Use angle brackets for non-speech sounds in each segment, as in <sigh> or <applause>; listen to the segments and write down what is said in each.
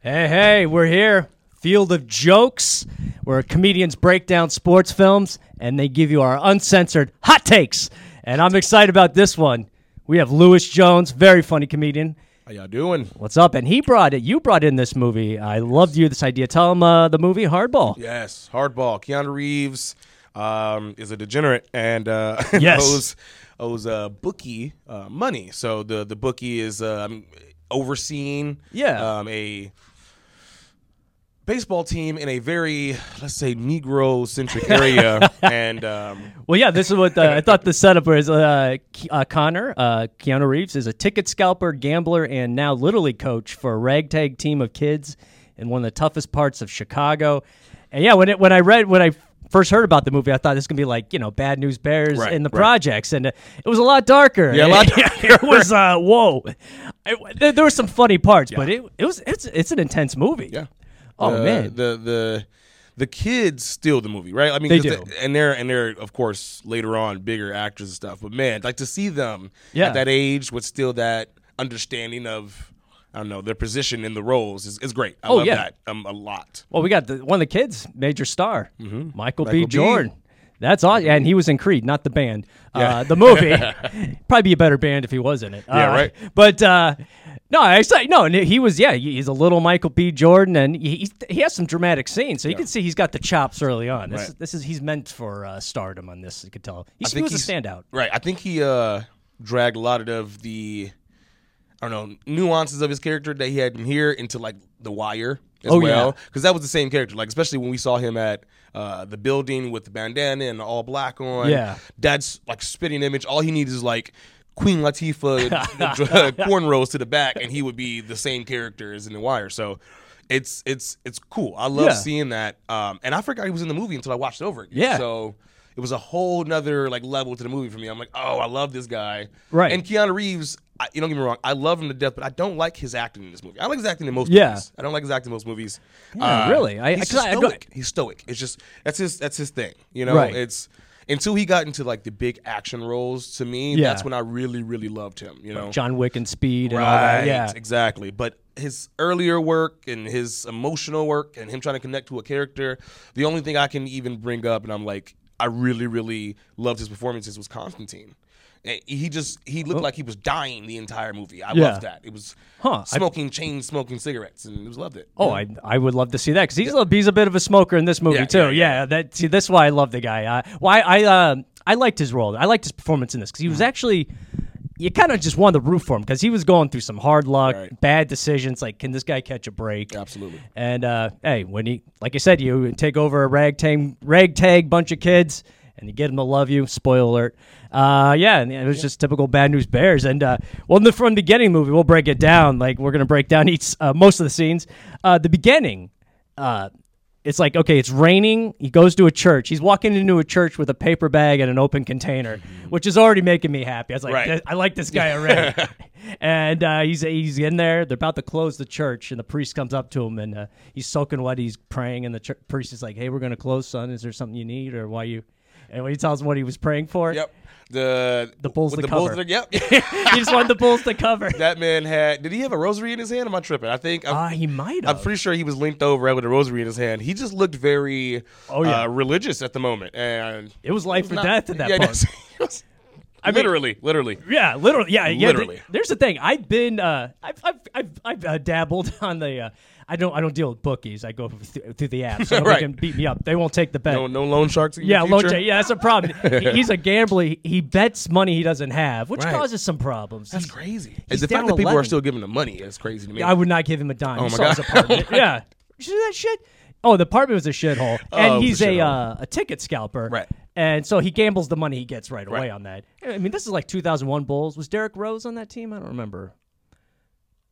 Hey, hey, we're here. Field of Jokes, where comedians break down sports films and they give you our uncensored hot takes. And I'm excited about this one. We have Lewis Jones, very funny comedian. How y'all doing? What's up? And he brought it. You brought in this movie. I loved you this idea. Tell him uh, the movie Hardball. Yes, hardball. Keanu Reeves um, is a degenerate and uh, <laughs> Yes. owes owes a bookie uh, money. So the the bookie is um, overseeing Yeah. um, a baseball team in a very let's say Negro <laughs> centric area, and um, Well, yeah, this is what uh, I thought the setup was. Uh, Ke- uh, Connor, uh, Keanu Reeves, is a ticket scalper, gambler, and now Little League coach for a ragtag team of kids in one of the toughest parts of Chicago. And yeah, when it, when I read when I first heard about the movie, I thought this was gonna be like you know Bad News Bears Right, and the right. projects, and uh, it was a lot darker. Yeah, <laughs> a lot <laughs> it was uh, whoa. It- there, there were some funny parts, but it it was it's it's an intense movie. yeah. Uh, Oh the, man. the the the kids steal the movie, right? I mean, They 'cause do. and they're and they're of course later on bigger actors and stuff. But man, like to see them Yeah. at that age with still that understanding of I don't know their position in the roles is, is great. I Oh, love yeah. that um, a lot. Well, we got the, one of the kids, major star, Michael, B. Mm-hmm. Michael B. Jordan. That's awesome. And he was in Creed, not the <laughs> band. Uh, the movie. Probably be a better band if he was in it. Yeah, Uh, right. But uh, no, I say no. And he was, yeah, he- he's a little Michael B. Jordan, and he, he's- he has some dramatic scenes. So you can see he's got the chops early on. This, Right. is, this is he's meant for uh, stardom on this. You could tell he's, I he was a he's- standout. Right. I think he uh, dragged a lot of the I don't know nuances of his character that he had in here into like The Wire as Oh, well, yeah. because that was the same character. Like especially when we saw him at uh, the building with the bandana and all black on. Yeah. That's like spitting image. All he needs is like. <laughs> Queen Latifah dr- uh, cornrows to the back, and he would be the same character as in The Wire. So, it's it's it's cool. I love Yeah. seeing that. Um, and I forgot he was in the movie until I watched it over again. Yeah. So so it was a whole nother like level to the movie for me. I'm like, oh, I love this guy. Right. And Keanu Reeves, I, you don't get me wrong, I love him to death, but I don't like his acting in this movie. I like his acting in most Yeah. movies. I don't like his acting in most movies. Uh, Yeah, really. I- he's I- 'cause just I- I don't- stoic. he's stoic. It's just that's his that's his thing. You know, Right. it's until he got into like the big action roles to me, Yeah. that's when I really, really loved him, you know. John Wick and Speed and all Right, that. Yeah. exactly. But his earlier work and his emotional work and him trying to connect to a character, the only thing I can even bring up, and I'm like, I really, really loved his performances was Constantine. And He just he looked like he was dying the entire movie. I Oh. Yeah. loved that. It was Huh, I- smoking chain smoking cigarettes, and it was loved it. Oh, I, I would love to see that because he's, a he's a bit of a smoker in this movie Yeah, too. Yeah, yeah, yeah. that see that's why I love the guy. Uh, why I uh, I liked his role. I liked his performance in this because he was Mm-hmm. actually you kind of just wanted to root for him because he was going through some hard luck, Right. bad decisions. Like, can this guy catch a break? Absolutely. And uh, hey, when he like I said, you take over a ragtag ragtag bunch of kids. And you get them to love you. Spoiler alert. Uh, yeah, and it was just typical bad news bears. And uh, well, in the, from the beginning movie, we'll break it down. Like we're gonna break down each uh, most of the scenes. Uh, the beginning, uh, it's like okay, it's raining. He goes to a church. He's walking into a church with a paper bag and an open container, which is already making me happy. I was like, Mm-hmm. Right. I like this guy already. <laughs> and uh, he's he's in there. They're about to close the church, and the priest comes up to him, and uh, he's soaking wet. He's praying, and the chur priest is like, "Hey, we're going to close, son. Is there something you need, or why you?" And when he tells him what he was praying for, Yep. The The bulls with to the bulls cover. to- yep. <laughs> <laughs> he just wanted the bulls to cover. that man had. Did he have a rosary in his hand? Am I tripping? I think. I'm, Ah, he might I'm have. pretty sure he was linked over with a rosary in his hand. He just looked very Oh, yeah. uh, religious at the moment, and It was life or not- death in that yeah, <laughs> part. yes. I literally, literally. Yeah, literally. Yeah, yeah. th- Literally. there's the thing. I've been, uh, I've, I've, I've, I've uh, dabbled <laughs> on the. Uh, I don't, I don't deal with bookies. I go th- through the apps. <laughs> So Right. They can beat me up. They won't take the bet. No, no loan sharks. In yeah, your low future? J. Yeah, that's a <laughs> problem. He- He's a gambler. He- He bets money he doesn't have, which Right. causes some problems. That's He's- crazy. he's And the down fact that people 11. are still giving him money is crazy to me. I would not give him a dime. Oh You my saw his God. <laughs> apartment. yeah. You see that shit? Oh, the apartment was a shithole. And Oh, it was he's a a shithole. uh, a ticket scalper. Right. And so he gambles the money he gets right away on that. I mean, this is like 2001 Bulls. Was Derrick Rose on that team? I don't remember.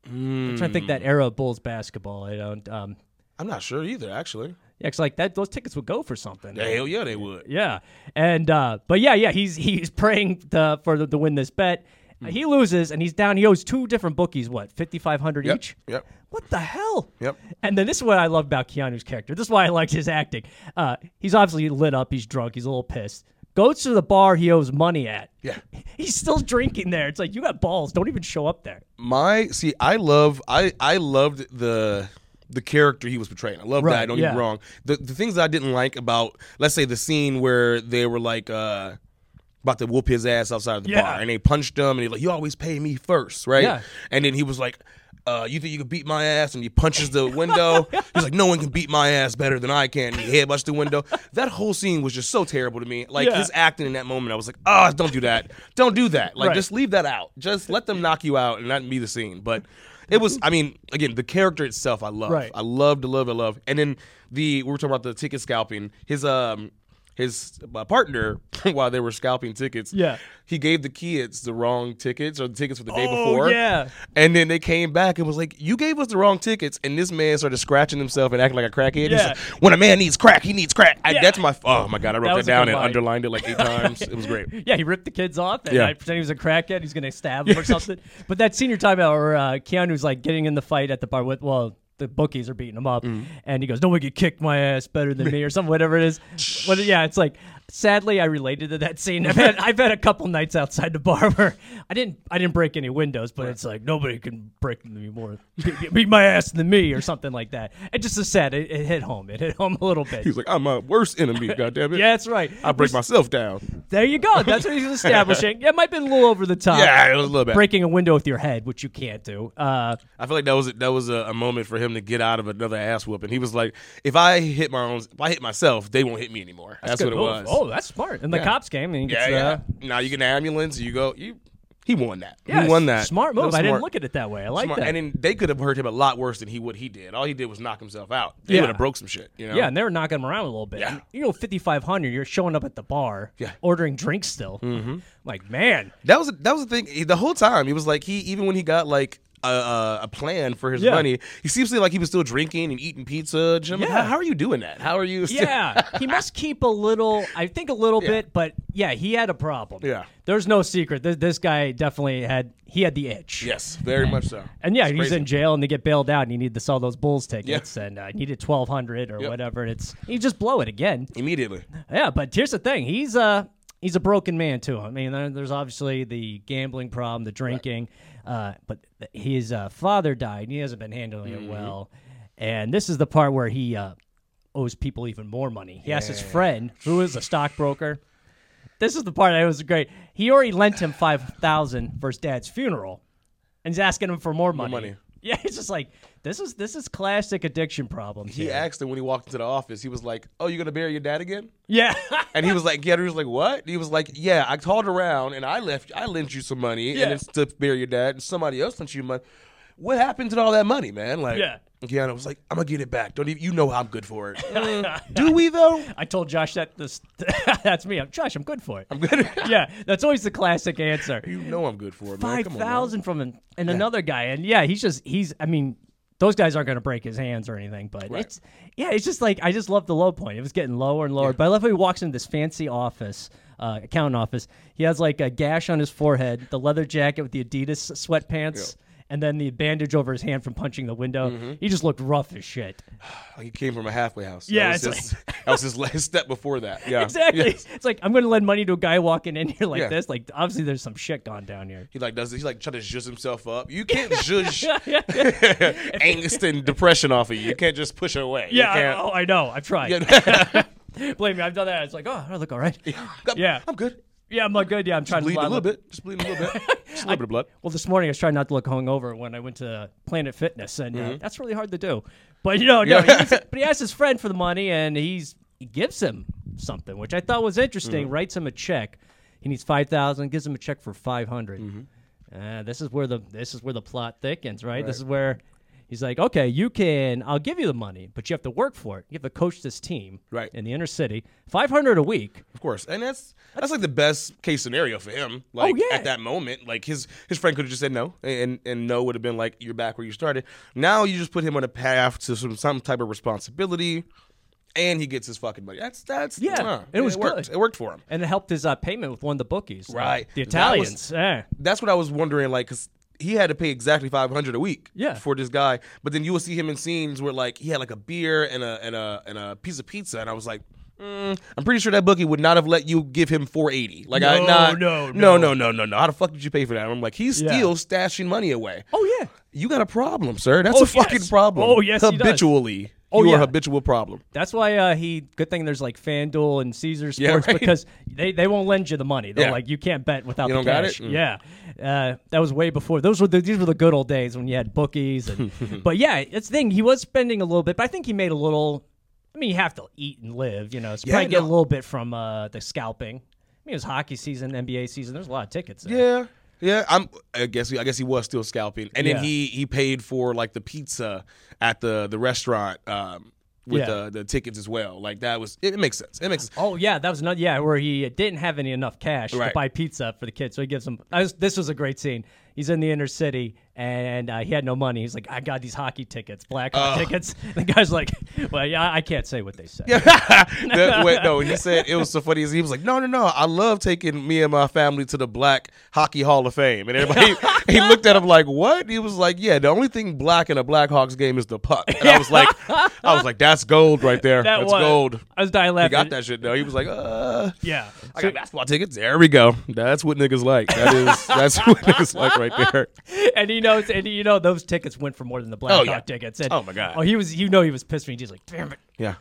I'm trying to Hmm. think that era of Bulls basketball. I don't. Um, I'm not sure either, actually. yeah, it's like that. Those tickets would go for something. Hell yeah, they would. Yeah, and uh, but yeah, yeah, he's he's praying to, for the, to win this bet. Mm. Uh, He loses and he's down. He owes two different bookies what fifty five hundred Yep, each. yep. What the hell? Yep. And then this is what I love about Keanu's character. This is why I liked his acting. Uh, he's obviously lit up. He's drunk. He's a little pissed. Goes to the bar he owes money at. Yeah. <laughs> He's still drinking there. It's like you got balls. Don't even show up there. My see, I love, I I loved the the character he was portraying. I love that. Right, Don't get yeah. me wrong. The the things that I didn't like about, let's say, the scene where they were like. uh about to whoop his ass outside of the Yeah. bar, and they punched him, and he like, "You always pay me first, right?" Yeah. And then he was like, uh, "You think you can beat my ass?" And he punches the <laughs> window. He's like, "No one can beat my ass better than I can." And he headbutts the window. That whole scene was just so terrible to me. Like Yeah. his acting in that moment, I was like, "Ah, don't do that. Don't do that. Like Right. just leave that out. Just let them knock you out and not be the scene." But it was, I mean, again, the character itself, I love. Right. I loved, love, I love. And then the we were talking about the ticket scalping. His um. His uh, partner, <laughs> while they were scalping tickets, Yeah. he gave the kids the wrong tickets or the tickets for the day Oh, before. yeah. And then they came back and was like, You gave us the wrong tickets. And this man started scratching himself and acting like a crackhead. He's Yeah. like, when a man needs crack, he needs crack. I, Yeah. That's my, oh my God. That I wrote that, was a down good and line. underlined it like eight times. It was <laughs> great. <laughs> Yeah, he ripped the kids off, and Yeah. I pretend he was a crackhead. He's gonna stab <laughs> him or something. But that senior time out where uh, Keanu's like getting in the fight at the bar with well, the bookies are beating him up, Mm-hmm. and he goes, "No one could kick my ass better than me," or something, whatever it <laughs> is. What, yeah, it's like sadly, I related to that scene. I've had I've had a couple nights outside the bar where I didn't I didn't break any windows, but it's like nobody can break me more beat my ass than me or something like that. It just is sad. It, it hit home. It hit home a little bit. <laughs> He was like, I'm my worst <laughs> enemy, goddammit. Yeah, that's right. I break myself down. There you go. That's what he's <laughs> establishing. Yeah, it might have been a little over the top. Yeah, it was a little bit. breaking a window with your head, which you can't do. Uh, I feel like that was that was a, a moment for him to get out of another ass whooping. He was like, "If I hit my own, if I hit myself, they won't hit me anymore." That's, what good it move. was. Oh, that's smart. And the Yeah. cops came and he yeah, gets, yeah. Uh, now you get an ambulance. You go. You, he won that. yeah, he won that. uh, Smart That move. was I didn't smart. look at it that way. I like Smart. that. And then they could have hurt him a lot worse than he what he did. All he did was knock himself out. They Yeah. would have broke some shit. You know. yeah, and they were knocking him around a little bit. Yeah. You know, fifty five hundred. You're showing up at the bar, Yeah. ordering drinks still. Mm-hmm. Like, <laughs> man, That was that was the thing. He- The whole time he was like he even when he got like a, a, a plan for his Yeah. money, he seems to like he was still drinking and eating pizza. Jim, Yeah. how, how are you doing that? How are you? still- <laughs> Yeah, he must keep a little. I think a little bit, but yeah, he had a problem. Yeah. there's no secret. This, this guy definitely had. He had the itch. yes, very much so. And yeah, It's he's crazy. in jail, and they get bailed out, and he needs to sell those Bulls tickets, and uh, needed twelve hundred or Yep. whatever. And it's he just blow it again. immediately. Yeah, but here's the thing: he's uh he's a broken man too. I mean, there- there's obviously the gambling problem, the drinking, uh, but th- his uh, father died, and he hasn't been handling it well. And this is the part where he uh, owes people even more money. He asked his friend, who is a stockbroker. This is the part that was great. He already lent him five thousand for his dad's funeral, and he's asking him for more money. money. <laughs> Yeah, it's just like this is this is classic addiction problems. He here. asked him when he walked into the office. He was like, "Oh, you're gonna bury your dad again?" yeah. <laughs> And he was like, "Yeah." He was like, "What?" He was like, "Yeah, I called around and I left. I lent you some money Yeah. and it's to bury your dad, and somebody else lent you money. What happened to all that money, man? Like, Yeah. and Keanu was like, "I'm gonna get it back. Don't even. You know I'm good for it. <laughs> Mm, do we though? I told Josh that this <laughs> that's me. I'm Josh, I'm good for it. I'm good. <laughs> yeah, that's always the classic answer. you know I'm good for it, man. Five Come on, man. thousand from him and another guy, and yeah, he's just he's. I mean, those guys aren't going to break his hands or anything, but it's yeah, it's just like I just love the low point. It was getting lower and lower, but I love how he walks into this fancy office. Uh, accountant office. He has like a gash on his forehead, the leather jacket with the Adidas sweatpants, and then the bandage over his hand from punching the window. Mm-hmm. He just looked rough as shit. Like, He came from a halfway house. That Yeah, was it's his, <laughs> that was his last step <laughs> before that. Yeah, Exactly. Yeah. It's like I'm going to lend money to a guy walking in here like Yeah. this. Like obviously there's some shit gone down here. He like does. He's like trying to zhuzh himself up. <laughs> You can't zhuzh angst and depression off of you. You can't just push it away. You Yeah. I, can't- oh, I know. I've tried. <laughs> Blame me. I've done that. It's like, oh, I look all right. I'm, Yeah. I'm good. Yeah, I'm not good. Yeah, I'm trying Bleeding to a lie- little bit. Just bleeding a little bit. Just a little bit of blood. Well, this morning I was trying not to look hungover when I went to Planet Fitness, and Mm-hmm. uh, that's really hard to do. But you know, no, he was- but he asked his friend for the money, and he's he gives him something, which I thought was interesting. Mm-hmm. Writes him a check. He needs five thousand. Gives him a check for five Mm-hmm. Uh, this is where the this is where the plot thickens, right? This is where he's like, okay, you can, I'll give you the money, but you have to work for it. You have to coach this team, Right. in the inner city, five hundred a week. Of course, and that's that's like the best case scenario for him. Like Oh, yeah. at that moment, like his his friend could have just said no, and and no would have been like you're back where you started. Now you just put him on a path to some some type of responsibility, and he gets his fucking money. That's that's Yeah, uh, it was worked. good. It worked for him. And it helped his uh, payment with one of the bookies, uh, Right. the That was- Italians, Eh. yeah. That's what I was wondering, like because. He had to pay exactly five hundred a week Yeah. for this guy, but then you will see him in scenes where like he had like a beer and a and a and a piece of pizza, and I was like, mm, I'm pretty sure that bookie would not have let you give him four eighty. Like I No, not, no, no no no no no. How the fuck did you pay for that? And I'm like, he's Yeah. still stashing money away. Oh yeah. you got a problem, sir. That's Oh, a fucking yes. problem. Oh, yes, he does. habitually. Oh, you are a yeah. habitual problem. That's why uh, he. Good thing there's like FanDuel and Caesar <laughs> Yeah, Sports right. because they, they won't lend you the money. They're Yeah. like you can't bet without You the don't got cash. it? Mm. Yeah, uh, that was way before. Those were the, these were the good old days when you had bookies. <laughs> And, but yeah, that's the thing. He was spending a little bit, but I think he made a little. I mean, you have to eat and live, you know. So Yeah, probably get a no. little bit from uh, the scalping. I mean, it was hockey season, NBA season. There's a lot of tickets. There. Yeah. Yeah, I'm. I guess. I guess he was still scalping, and Yeah. then he he paid for like the pizza at the the restaurant um, with the the tickets as well. Like that was. It, makes sense. <laughs> It makes. sense. Oh yeah, that was not yeah where he didn't have any enough cash to Right. buy pizza for the kids, so he gives them. I was, this was a great scene. He's in the inner city and uh, he had no money. He's like, I got these hockey tickets, black hockey tickets. <laughs> And the guy's like, Well, yeah, I can't say what they said. Yeah, <laughs> That- wait, no, he said it was so funny. He was like, "No, no, no! I love taking me and my family to the Black Hockey Hall of Fame." And everybody, <laughs> he looked at him like, "What?" He was like, "Yeah, the only thing black in a Blackhawks game is the puck." And <laughs> I was like, "I was like, that's gold right there. that that's was gold." I was dying He laughing. got that shit though. He was like, "Uh." <laughs> Yeah. I got basketball tickets. There we go. That's what niggas like. <laughs> That is that's what niggas like right there. and he knows, and you know, those tickets went for more than the black Oh, Hawk yeah. tickets. And, Oh, my God. Oh, he was, you know, he was pissed when he's like, damn it. Yeah.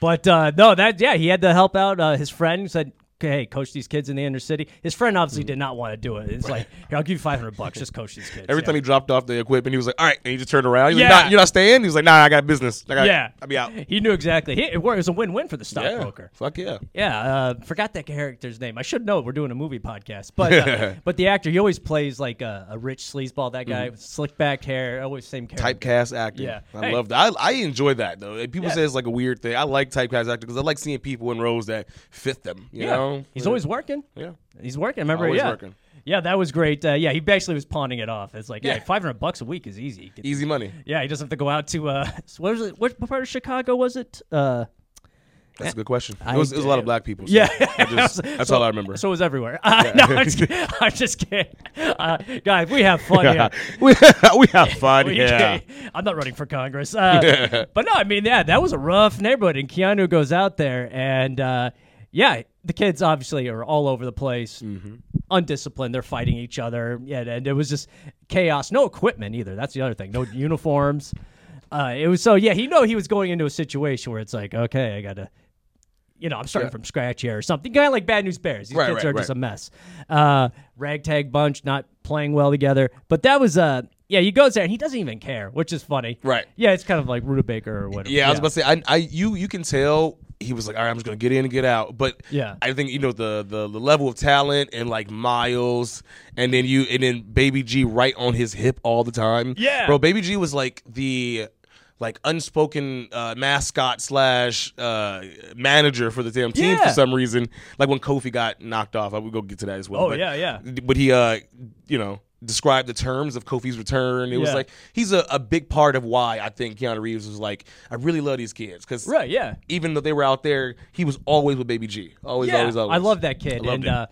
But uh, no, that yeah, he had to help out uh, his friend. He said, "Hey, coach these kids in the inner city." His friend obviously Mm. did not want to do it. It's like, "Here, I'll give you five hundred bucks. Just coach these kids." Every yeah. time he dropped off the equipment, he was like, "All right," and he just turned around. He was Yeah. like, nah, "You're not staying." He was like, "Nah, I got business. I got, yeah, I'll be <laughs> out." He knew exactly. He, it was a win-win for the Yeah, stockbroker. fuck yeah. Yeah, uh, forgot that character's name. I should know. We're doing a movie <laughs> podcast, but uh, but the actor he always plays like a, a rich sleazeball. That Mm. guy, with slick back hair, always same character. Typecast acting. Yeah. I Hey. love that. I, I enjoy that though. People Yeah. say it's like a weird thing. I like typecast acting because I like seeing people in roles that fit them. You yeah, know, he's always working. yeah. He's working. Remember, Always yeah. working. Yeah, that was great. Uh, yeah, he basically was pawning it off. It's like, yeah, Yeah. five hundred bucks a week is easy. Get- Easy money. Yeah, he doesn't have to go out to uh, <laughs> so what was it? What part of Chicago was it? Uh, That's a good question. It was, it was a lot of black people. so yeah, <laughs> I just- that's all I remember. So it was everywhere. <laughs> Uh, no, I'm just, kidding. I'm just kidding. Uh, guys, we have fun here. <laughs> we, we have fun. We yeah. can't- I'm not running for Congress. <laughs> Uh, but no, I mean, yeah, that was a rough neighborhood, and Keanu goes out there, and uh, yeah, the kids obviously are all over the place, Mm-hmm. undisciplined. They're fighting each other, yeah, and it was just chaos. No equipment either. That's the other thing. <laughs> No uniforms. Uh, it was so yeah. He know he was going into a situation where it's like, okay, I gotta. You know, I'm starting from scratch here or something. Kind of like Bad News Bears. These Right, kids right, are just right. a a mess. Uh, ragtag bunch not playing well together. But that was uh yeah, he goes there and he doesn't even care, which is funny. Right. Yeah, it's kind of like Rutabaker or whatever. Yeah, I was about to say, I, I, you, you can tell he was like, all right, I'm just gonna get in and get out. But Yeah. I think you know the the, the level of talent and like Miles, and then you, and then Baby G right on his hip all the time. Yeah. bro, Baby G was like the like unspoken uh, mascot slash uh, manager for the damn team Yeah. for some reason. Like when Kofi got knocked off, I would go get to that as well. Oh, yeah, yeah. But he, uh, you know. Described the terms of Kofi's return. It was Yeah. like he's a, a big part of why I think Keanu Reeves was like, I really love these kids because Right, yeah. even though they were out there, he was always with Baby G. Always, Yeah, always, always. I love that kid. I loved and him. uh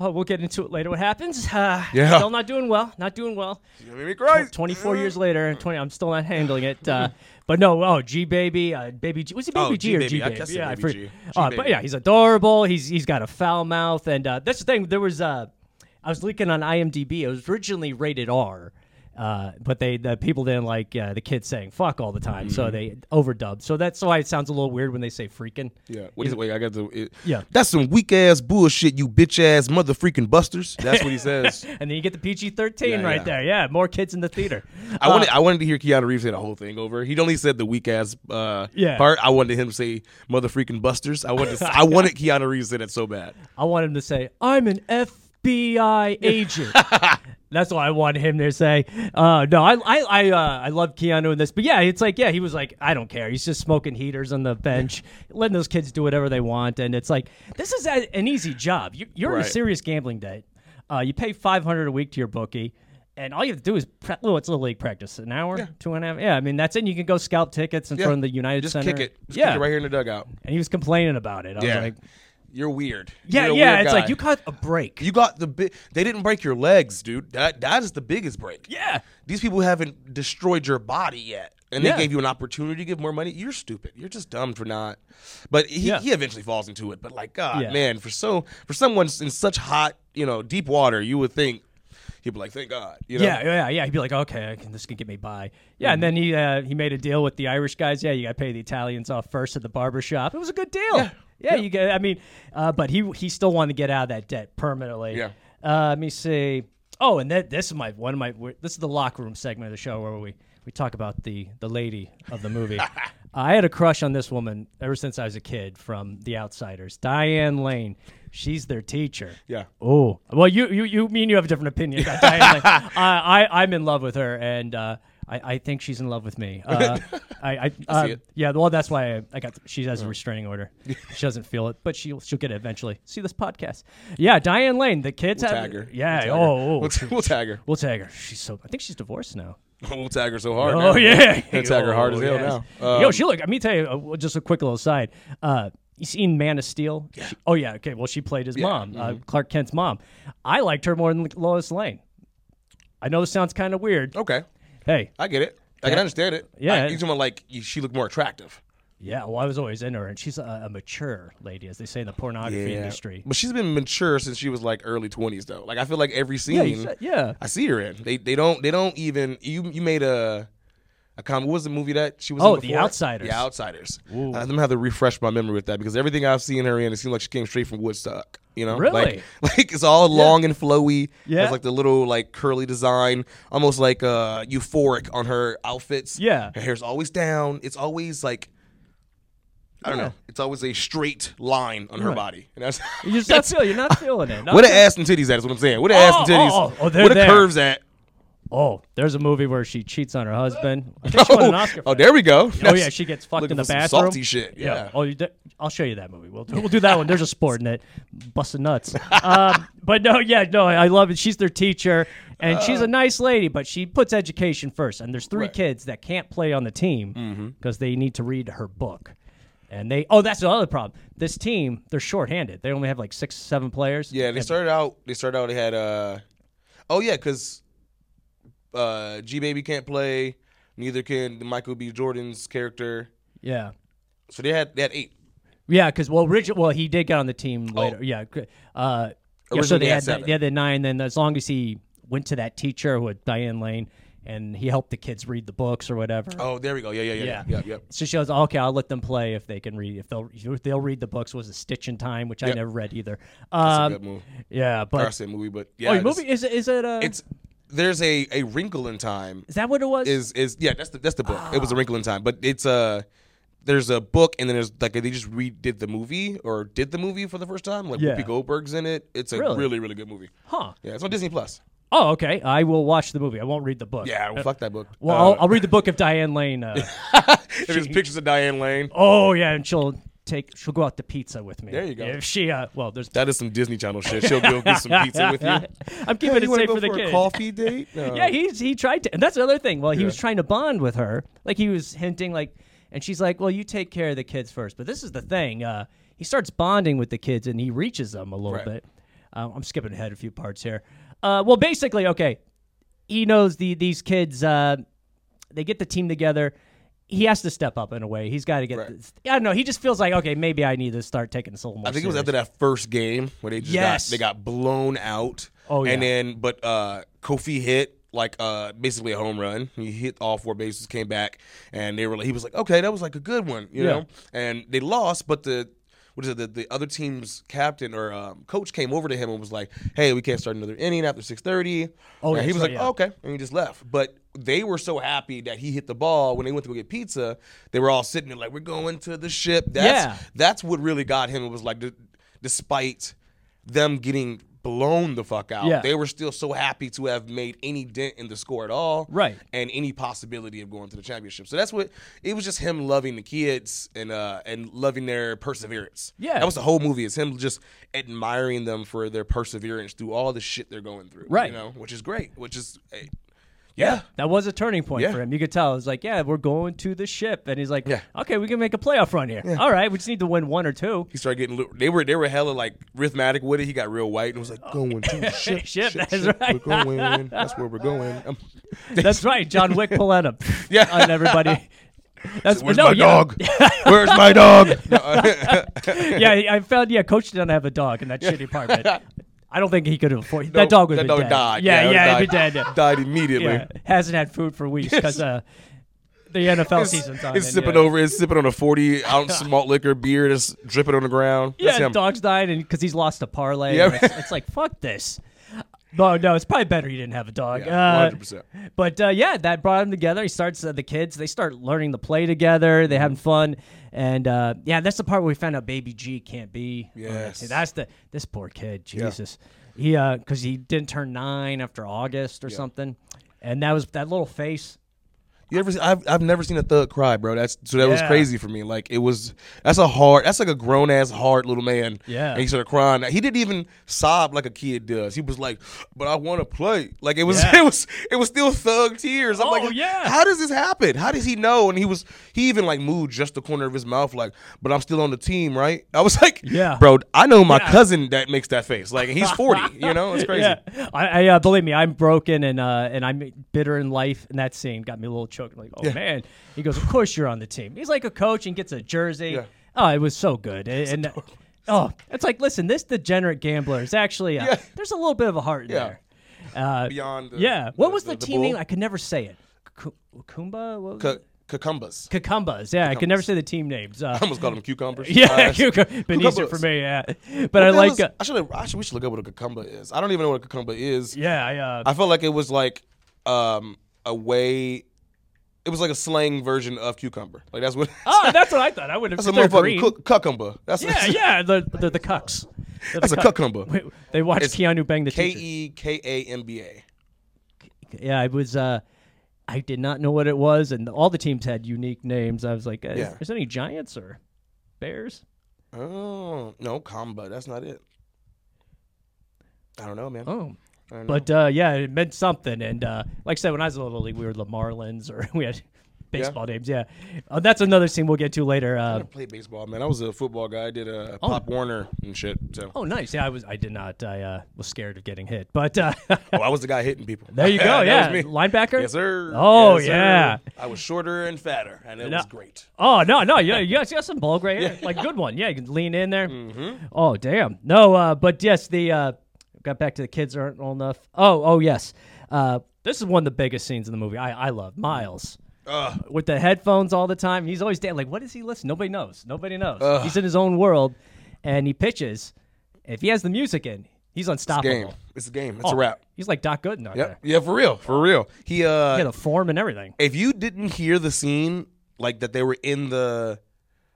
oh, we'll get into it later what happens. <sighs> Uh, Yeah. still not doing well. Not doing well. You made me cry. 24 years Uh-huh. later, 20, I'm still not handling it. Uh, but no, oh, G Baby, uh, Baby G. Was he Baby Oh, G G or Baby. G I Baby? guess it's Baby forget- G. Uh, G but Baby. yeah, he's adorable. He's He's got a foul mouth. And uh, that's the thing. There was, uh, I was looking on IMDb, it was originally rated R. Uh, but they the people didn't like uh, the kids saying fuck all the time, Mm-hmm. so they overdubbed. So that's why it sounds a little weird when they say freaking. Yeah. What is it? Wait, I got to. It, Yeah. That's some weak ass bullshit, you bitch ass mother freaking busters. That's what he says. <laughs> And then you get the PG thirteen Yeah, right yeah. there. Yeah, more kids in the <laughs> theater. I Uh, wanted, I wanted to hear Keanu Reeves say the whole thing over. He only said the weak ass uh, Yeah. part. I wanted him to say mother freaking busters. I <laughs> wanted, to, I wanted Keanu Reeves to say that so bad. I want him to say, I'm an <laughs> FBI agent. That's what I want him to say. Uh, no, I I I, uh, I love Keanu in this, but yeah, it's like yeah, he was like I don't care. He's just smoking heaters on the <laughs> bench, letting those kids do whatever they want, and it's like this is a, an easy job. You, you're on a Right. serious gambling debt. Uh, you pay five hundred a week to your bookie, and all you have to do is pra- well, it's little league practice, an hour, two and a half. Yeah, I mean that's it. You can go scalp tickets in Yeah. front of the United Just Center. kick it. Just yeah, kick it right here in the dugout. and he was complaining about it. I Yeah. was like, You're weird. yeah, You're a yeah. weird It's like guy. you caught a break. You got the big. They didn't break your legs, dude. That that is the biggest break. Yeah. These people haven't destroyed your body yet, and Yeah. they gave you an opportunity to give more money. You're stupid. You're just dumb for not. But he, Yeah. he eventually falls into it. But like, God, Yeah. man, for so for someone in such hot, you know, deep water, you would think. he'd be like, "Thank God," you know? Yeah, yeah, yeah. He'd be like, okay, I can, this can get me by. Yeah, and then he uh, he made a deal with the Irish guys. Yeah, you got to pay the Italians off first at the barber shop. It was a good deal. Yeah, you get. I mean, uh, but he he still wanted to get out of that debt permanently. Yeah. Uh, let me see. Oh, and that this is my one of my this is the locker room segment of the show where we we talk about the the lady of the <laughs> movie. I had a crush on this woman ever since I was a kid from The Outsiders, Diane Lane. She's their teacher. Yeah. Oh well, you you you mean you have a different opinion <laughs> about Diane Lane? I, I I'm in love with her, and uh, I I think she's in love with <laughs> me. Uh, I I, uh, it. Uh-huh. yeah. Well, that's why I, I got. She has a restraining <laughs> order. she doesn't feel it, but she'll she'll get it eventually. See this podcast. Yeah, Diane Lane. The kids We'll have. tag her. Uh, Yeah. We'll tag her. oh. oh. We'll, <laughs> t- we'll tag her. We'll tag her. She's so. I think she's divorced now. We'll tag her so hard. Oh now. <laughs> yeah, We'll tag her hard as Oh, hell yes. now. Um, Yo, she look. Let me tell you, uh, well, just a quick little aside. Uh, you seen Man of Steel? She- oh yeah. Okay. Well, she played his mom, uh, mm-hmm. Clark Kent's mom. I liked her more than Lois Lane. I know this sounds kind of weird. okay, Hey, I get it. I can understand it. Yeah. I, you talking about like you- she looked more attractive. yeah. Well, I was always into her, and she's a, a mature lady, as they say in the pornography industry. But she's been mature since she was like early twenties though. Like I feel like every scene Yeah, you said- yeah. I see her in. They they don't they don't even you you made a a comment. What was the movie that she was Oh, in The before? Outsiders. The Outsiders. I, I'm gonna have to refresh my memory with that because everything I've seen her in, it seemed like she came straight from Woodstock. You know, Really? like, <laughs> like it's all long and flowy. Yeah. has like the little like curly design, almost like uh euphoric on her outfits. Yeah. her hair's always down. It's always like. I don't know. It's always a straight line on her body, and that's <laughs> You just not feel. You're not feeling it. Not where the ass and titties at is what I'm saying. Where the ass and Oh, titties? oh, oh, they're where the there. curves at? Oh, there's a movie where she cheats on her husband. I <laughs> think she won an Oscar. Oh, there we go. Oh yeah, she gets fucked Looking in the for some bathroom. salty shit, yeah. Oh, you de- I'll show you that movie. We'll do, we'll do that one. There's a sport in it. Busting nuts. um, but no, yeah, no, I love it. She's their teacher, and she's a nice lady, but she puts education first. And there's three Right. Mm-hmm. kids that can't play on the team because they need to read her book. And they oh, that's another problem. This team, they're shorthanded. They only have like six, seven players. Yeah, they And- started out. They started out. They had. Uh, oh yeah, because uh, G Baby can't play. Neither can Michael B. Jordan's character. Yeah. So they had they had eight. Yeah, because well, Richard, well, he did get on the team later. Yeah, c- uh, yeah, so Oh. Originally they had had seven. they had the nine. Then as long as he went to that teacher who had Diane Lane, and he helped the kids read the books or whatever. Oh, there we go. Yeah, yeah, yeah, yeah, yeah. yeah. So she goes, okay, I'll let them play if they can read. If they'll if they'll read the books was a Stitch in Time, which I Yep. never read either. It's Um, a good movie. yeah, Or I but say movie, but yeah. oh, your it's- movie is it- is it? Uh, It's there's a a wrinkle in time. is that what it was? Is is yeah? That's the that's the book. It was a Ah. wrinkle in time, but it's Uh, there's a book, and then there's like they just redid the movie or did the movie for the first time. Like Yeah. Whoopi Goldberg's in it. It's a Really? really, really good movie. huh? Yeah, it's on Disney Plus. Oh, okay. I will watch the movie. I won't read the book. Yeah, well, fuck that book. Well, Uh, I'll, I'll read the book if Diane Lane. <laughs> Uh, if there's pictures of Diane Lane. oh yeah, and she'll take she'll go out to pizza with me. There you go. If she uh, well, there's That is some Disney Channel shit. She'll go get some pizza <laughs> with you. I'm keeping it wanna safe for the kids. <laughs> coffee date? No. Yeah, he's he tried to, and that's another thing. Well, he was trying to bond with her, like he was hinting, like, and she's like, "Well, you take care of the kids first. But this is the thing. Uh, he starts bonding with the kids, and he reaches them a little Right. bit. Um, I'm skipping ahead a few parts here. Uh, well, basically, okay, he knows the these kids. Uh, they get the team together. He has to step up in a way. He's got to get. Right. This, I don't know. He just feels like okay, maybe I need to start taking this a little more. I think it was serious. after that first game where they just Yes. got, they got blown out. Oh, yeah. And then, but uh, Kofi hit like uh, basically a home run. He hit all four bases, came back, and they were. like- He was like, okay, that was like a good one, you Yeah. know. And they lost, but the. What is it? The, the other team's captain or um, coach came over to him and was like, "Hey, we can't start another inning after 6.30. Oh, and he that's was right, like, yeah. "Oh, okay," and he just left. But they were so happy that he hit the ball when they went to go get pizza. They were all sitting there like, "We're going to the ship." That's, Yeah. that's what really got him. It was like, d- despite them getting blown the fuck out, Yeah. they were still so happy to have made any dent in the score at all, Right. And any possibility of going to the championship. So that's what it was. Just him loving the kids and uh and loving their perseverance. Yeah. that was the whole movie. Is him just admiring them for their perseverance through all the shit they're going through, Right. You know, which is great. Which is, hey, yeah. That was a turning point Yeah. for him. You could tell. It was like, yeah, we're going to the ship. And he's like, Yeah. okay, we can make a playoff run here. All right, we just need to win one or two. He started getting li- they were they were hella like rhythmic with it. He got real white and was like going <laughs> to ship, Ship, that's We're right. going. That's where we're going. Um, <laughs> That's right, John Wick Paletta. Yeah. On <laughs> everybody. That's, Where's no, my yeah. <laughs> dog? Where's my dog? No, uh, <laughs> yeah, I found, yeah, Coach didn't have a dog in that shitty apartment. I don't think he could have afforded. that dog would that have dog been dead. died. Yeah, it yeah, died, he'd be dead. yeah. <laughs> Died immediately. Yeah, hasn't had food for weeks because uh, the <laughs> NFL It's, season's on. it's and, sipping yeah. over. It's sipping on a forty <laughs> ounce malt liquor beer that's dripping on the ground. That's Yeah, him. dog's died because he's lost a parlay. Yeah. and It's, it's like fuck this. No, no, it's probably better he didn't have a dog. Yeah, Uh, 100%. But uh, yeah, that brought them together. He starts uh, the kids. They start learning to play together. They Mm-hmm. having fun, and uh, yeah, that's the part where we found out Baby G can't be. on it. Yes. that's the this poor kid. Jesus, he because he didn't turn nine after August or something, and that was that little face. You ever? See, I've I've never seen a thug cry, bro. That's so that was Yeah. crazy for me. Like it was. That's a hard. That's like a grown ass hard little man. Yeah. And he started crying. He didn't even sob like a kid does. He was like, "But I want to play." Like it was. Yeah. <laughs> It was. It was still thug tears. I'm Oh, like, yeah. How does this happen? How does he know? And he was. He even like moved just the corner of his mouth. Like, but I'm still on the team, right? I was <laughs> like, Yeah. bro. I know my Yeah. cousin that makes that face. Like he's 40. <laughs> you know, it's crazy. Yeah, I, I uh, believe me, I'm broken and uh, and I'm bitter in life, and that scene got me a little choked. Like, oh man, he goes, of course you're on the team. He's like a coach and gets a jersey. Yeah. Oh, it was so good. And, and- oh, it's like, listen, this degenerate gambler is actually uh, Yeah. there's a little bit of a heart in Yeah. there. Uh, Beyond. The, yeah, what was the, team bull. name? I could never say it. Cu- Kumba, what was Cu- it? cucumbers. Cucumbas. Yeah, I could never say the team names. I Uh, <laughs> almost called them <laughs> cucumbers. yeah, <laughs> Uh, cucumba. Been easier Cucumbas. for me. Yeah, but What I the hell like. is- uh, I should. have I should. We should look up what a cucumber is. I don't even know what a cucumber is. yeah, I, uh, <laughs> I felt like it was like um a way. It was like a slang version of cucumber. Like that's what. <laughs> Oh, that's what I thought. I would have. <laughs> that's a they're motherfucking green. cu- cucumber. That's <laughs> Yeah, yeah, the the, the cucks. They're That's a the cucumber. <laughs> Wait, They watched It's Keanu bang the K teacher. e k a m b a. Yeah, it was. Uh, I did not know what it was, and all the teams had unique names. I was like, uh, Yeah. is there any giants or bears? Oh no, combo. That's not it. I don't know, man. Oh. I don't But uh, yeah, it meant something, and uh, like I said, when I was a little league, we were the Marlins, or <laughs> we had baseball names. Yeah, uh, that's another scene we'll get to later. I Uh, never played baseball, man. I was a football guy. I did a Pop Warner and shit. So oh, nice. Yeah, I was. I did not. I uh, was scared of getting hit, but uh, <laughs> oh, I was the guy hitting people. <laughs> there you go. That yeah, was me. linebacker. Yes, sir. Oh, Yes, sir. yeah. I was shorter and fatter, and it No. was great. Oh no, no, <laughs> yeah, you got, you got some ball gray hair, like good one. Yeah, you can lean in there. Mm-hmm. Oh damn, no, uh, but yes, the uh, got back to the kids aren't old enough. Oh, oh yes, uh, this is one of the biggest scenes in the movie. I, I love Miles Ugh. with the headphones all the time. He's always dead. Like, what is he listening? Nobody knows. Nobody knows. He's in his own world, and he pitches. If he has the music in, he's unstoppable. Game. It's a game. It's Oh. a wrap. He's like Doc Gooden out Yep. there. Yeah, for real. For real. He uh He had a form and everything. if you didn't hear the scene like that they were in the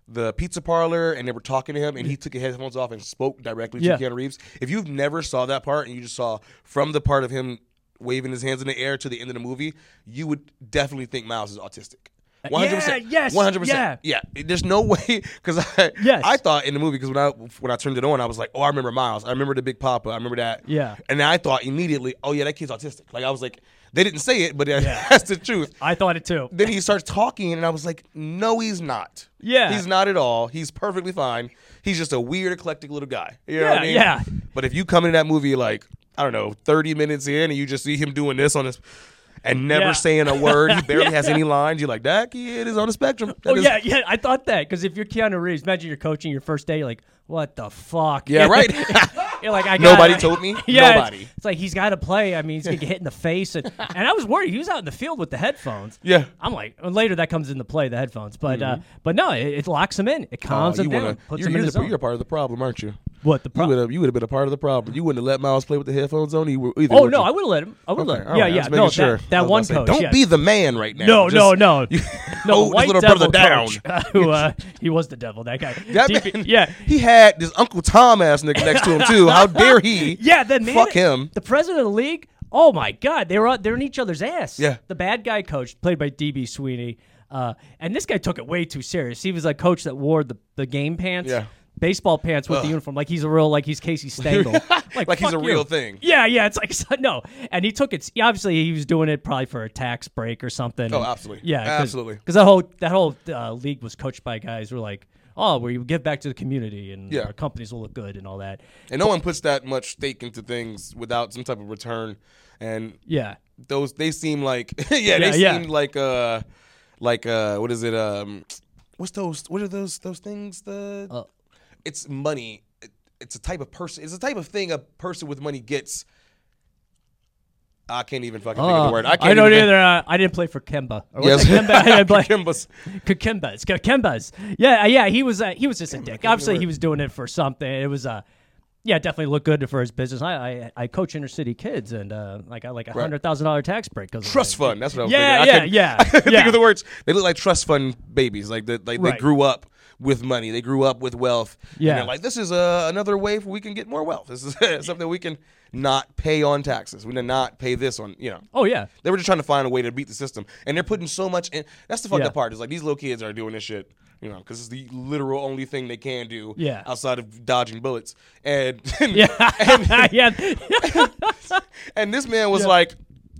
the pizza parlor and they were talking to him and he took his headphones off and spoke directly Yeah. to Keanu Reeves. If you've never saw that part and you just saw from the part of him waving his hands in the air to the end of the movie, you would definitely think Miles is autistic. 100%. yes, 100%. yeah. Yeah, there's no way because I Yes. I thought in the movie because when I when I turned it on, I was like, oh, I remember Miles, I remember the Big Papa, I remember that. Yeah. and then I thought immediately, oh yeah, that kid's autistic. Like I was like, they didn't say it, but Yeah. <laughs> that's the truth. I thought it too. Then he starts talking, and I was like, no, he's not. Yeah. he's not at all. He's perfectly fine. He's just a weird, eclectic little guy. You know what Yeah, I mean? yeah. But if you come into that movie like I don't know, thirty minutes in, and you just see him doing this on his. And never Yeah. saying a <laughs> word. He barely has any lines. You're like, that kid is on the spectrum. That Oh is- yeah, yeah. I thought that because if you're Keanu Reeves, imagine you're coaching your first day, you're like, what the fuck? <laughs> Yeah, right. you're like, I Nobody gotta- told me. <laughs> Yeah, it's- Nobody. It's, like he's got to play. I mean, he's gonna get hit in the face, <laughs> and, and I was worried. He was out in the field with the headphones. Yeah. I'm like, well, later that comes into play, the headphones. But uh, but no, it, it locks him in. It calms Oh, him you down. wanna- puts you're, him you're in the- his zone. you're a part of the problem, aren't you? What the You problem? would have you would have been a part of the problem. You wouldn't have let Miles play with the headphones on. You either. Oh would no, you? I would have let him. I would have Okay, all let him. Yeah, right, I yeah. was no, making sure. that, I that was one about to say, coach. Don't yeah. be the man right now. No, Just- no, no, <laughs> no. hold his White little devil brother down. coach, <laughs> who, uh, he was the devil. That guy. <laughs> That DP man- yeah, he had this Uncle Tom ass nigga next to him <laughs> too. How dare he? Yeah, the man, Fuck him. The president of the league. Oh my God, they were out- they're in each other's ass. Yeah. the bad guy coach played by DB Sweeney, uh, and this guy took it way too serious. He was a coach that wore the, the game pants, Yeah. baseball pants with the uniform, like he's a real like he's <laughs> Casey Stengel, Like he's fuck a you. real thing. Yeah, yeah, it's like <laughs> so- no, and he took it. yeah, Obviously, he was doing it probably for a tax break or something. Oh, And- absolutely. Yeah, Absolutely. Because that whole that whole uh, league was coached by guys who were like. Oh, where you give back to the community and Yeah. our companies will look good and all that. And no one puts that much stake into things without some type of return. And Yeah. those they seem like <laughs> yeah, they yeah. seem like uh like uh what is it Uh. um what's those what are those those things the it's money it's a type of person. It's a type of thing a person with money gets. I can't even fucking think of Uh, the word. I, I can't don't even, either. Uh, I didn't play for Kemba. Or was <laughs> Yes. it Kemba? I <laughs> didn't play. Kimba's- Kakembas, Kakembas. Yeah, uh, yeah, he was uh, he was just a dick. Obviously, he was doing it for something. It was uh, yeah, definitely looked good for his business. I I, I coach inner city kids, and uh, like I got, like a hundred thousand dollar tax break because trust fund. That's what I was Yeah, thinking. I yeah, couldn't- yeah, <laughs> I couldn't yeah. think of the words. They look like trust fund babies. Like the, like Right. they grew up with money. They grew up with wealth. And Yeah. they're like this is uh, another way we can get more wealth. This is <laughs> something we can not pay on taxes. We can not pay this on. You know. Oh yeah, <laughs> They were just trying to find a way to beat the system, and they're putting so much. in. That's the fucked Yeah. up part. Is like these little kids are doing this shit, you know, because it's the literal only thing they can do. Yeah. Outside of dodging bullets, <laughs> and <laughs> yeah, <laughs> yeah. and this man was like,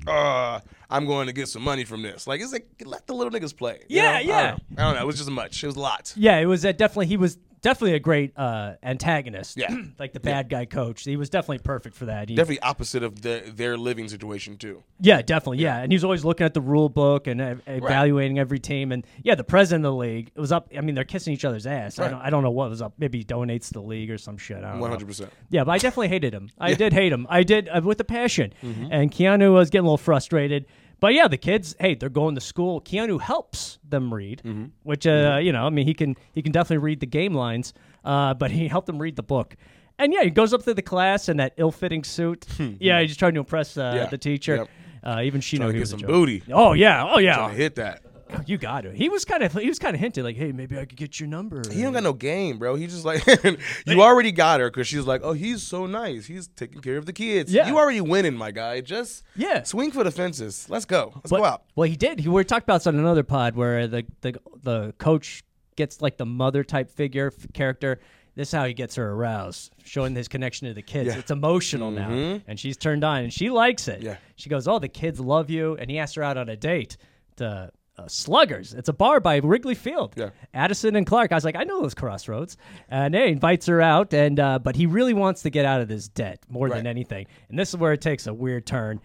uh, "I'm going to get some money from this." Like, it's like let the little niggas play. you Yeah, know? I yeah. don't, know. I don't know. It was just much. It was a lot. Yeah, it was uh, definitely he was definitely a great uh, antagonist. Yeah. <clears throat> like the bad guy coach. He was definitely perfect for that. He- Definitely opposite of the, their living situation too. Yeah, definitely. Yeah. and he was always looking at the rule book and uh, evaluating every team. And yeah, the president of the league was up. I mean, they're kissing each other's ass. I, Right. don't, I don't know what was up. Maybe he donates to the league or some shit. I don't know. One hundred percent. Yeah, but I definitely hated him. I did hate him. I did uh, with a passion. Mm-hmm. And Keanu was getting a little frustrated. But yeah, the kids, hey, they're going to school. Keanu helps them read, Mm-hmm. which uh, you know, I mean, he can he can definitely read the game lines, uh, but he helped them read the book. And yeah, he goes up to the class in that ill-fitting <laughs> suit. yeah, he's trying to impress uh, Mm-hmm. Yeah. the teacher. Yep. Uh, even she knows Trying to he get was a some joke. booty. Oh yeah, oh yeah, Hit that. you got it. He was kind of he was kind of hinting like, hey, maybe I could get your number. He don't got no game, bro. He just like <laughs> you already got her because she's like, oh, he's so nice. He's taking care of the kids. Yeah. you already winning, my guy. Just Yeah. swing for the fences. Let's go. Let's But- go out. Well, he did. He, we talked about this on another pod where the the the coach gets like the mother type figure f- character. This is how he gets her aroused, showing his connection to the kids. It's emotional now, and she's turned on, and she likes it. Mm-hmm. Yeah. She goes, "Oh, the kids love you," and he asks her out on a date to. Uh, Sluggers. It's a bar by Wrigley Field. Yeah. Addison and Clark. I was like, I know those crossroads. And he invites her out, and uh, but he really wants to get out of this debt more than Right. anything. And this is where it takes a weird turn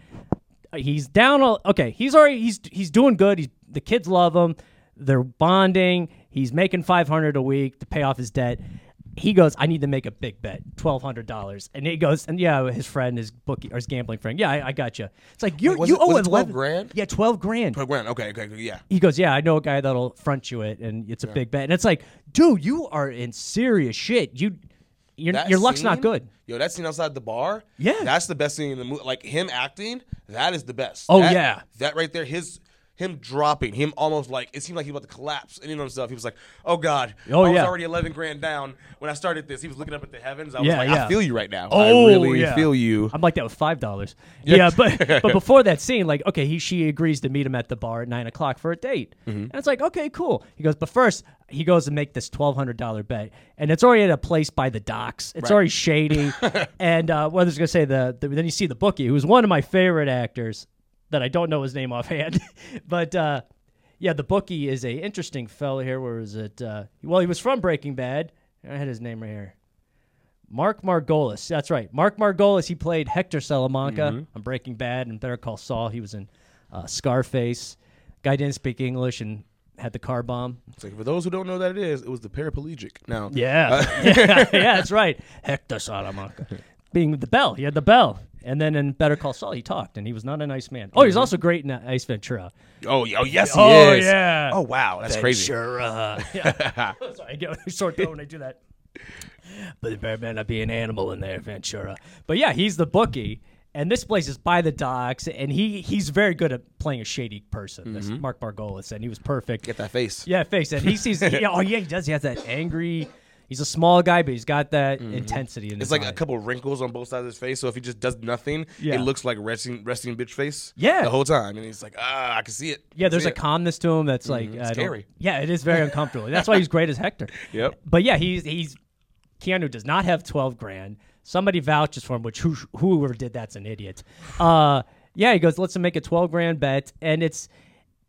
uh, he's down all okay he's already he's he's doing good he's the kids love him they're bonding he's making 500 a week to pay off his debt he goes i need to make a big bet $1200 and he goes and yeah his friend his bookie or his gambling friend yeah i, I got you it's like you was you it- owe was it 11 12 grand? yeah 12 grand But Grant, okay, okay, yeah. he goes, "Yeah, I know a guy that'll front you it, and it's a big bet." And it's like, dude, you are in serious shit. You, your That your luck's not scene- good. Yo, that scene outside the bar. Yeah. that's the best scene in the movie. Like him acting, that is the best. Oh, That- yeah. that right there, his. Him dropping, him almost like it seemed like he was about to collapse in and of himself. He was like, "Oh God, Oh, I was yeah. already eleven grand down when I started this." He was looking up at the heavens. I was Yeah, like, yeah. "I feel you right now. Oh, I really yeah. feel you." I'm like that with five dollars. Yeah, but but before that scene, like okay, he she agrees to meet him at the bar at nine o'clock for a date, and it's like okay, cool. He goes, but first he goes to make this twelve hundred dollar bet, and it's already at a place by the docks. It's already shady, and uh, what I was gonna say the, the then you see the bookie, who's one of my favorite actors that I don't know his name <laughs> offhand, but. uh yeah, the bookie is a interesting fella here. Where is it? Uh, well, he was from Breaking Bad. I had his name right here. Mark Margolis. That's right. Mark Margolis. He played Hector Salamanca on Breaking Bad and Better Call Saul. He was in uh, Scarface. Guy didn't speak English and had the car bomb. It's like, for those who don't know that it is, it was the paraplegic. Now, Yeah. <laughs> yeah, yeah, that's right. Hector Salamanca. Being the bell. He had the bell. And then in Better Call Saul, he talked, and he was not a nice man. Oh, he was also great in uh, Ace Ventura. oh, y- oh yes, he Oh, is. yeah. uh, Oh wow, that's crazy. Ventura. Yeah. <laughs> Sorry, I get a short throat when I do that. But there better not be an animal in there, Ventura. But yeah, he's the bookie, and this place is by the docks, and he he's very good at playing a shady person. This Mm-hmm. Mark Margolis, and he was perfect. <laughs> Get that face. Yeah, face it. He sees. <laughs> he- oh yeah, he does. He has that angry. He's a small guy, but he's got that intensity in his Mm-hmm. It's like eye. a couple wrinkles on both sides of his face, so if he just does nothing, Yeah. it looks like resting resting bitch face. Yeah. the whole time, and he's like, ah, I can see it. Yeah, I can there's see a it. calmness to him that's like I don't- Mm-hmm. scary. Yeah, it is very uncomfortable. that's why he's great as Hector. <laughs> Yep. But yeah, he's he's Keanu does not have twelve grand. Somebody vouches for him, which who, whoever did that's an idiot. Uh, yeah, he goes, let's make a twelve grand bet, and it's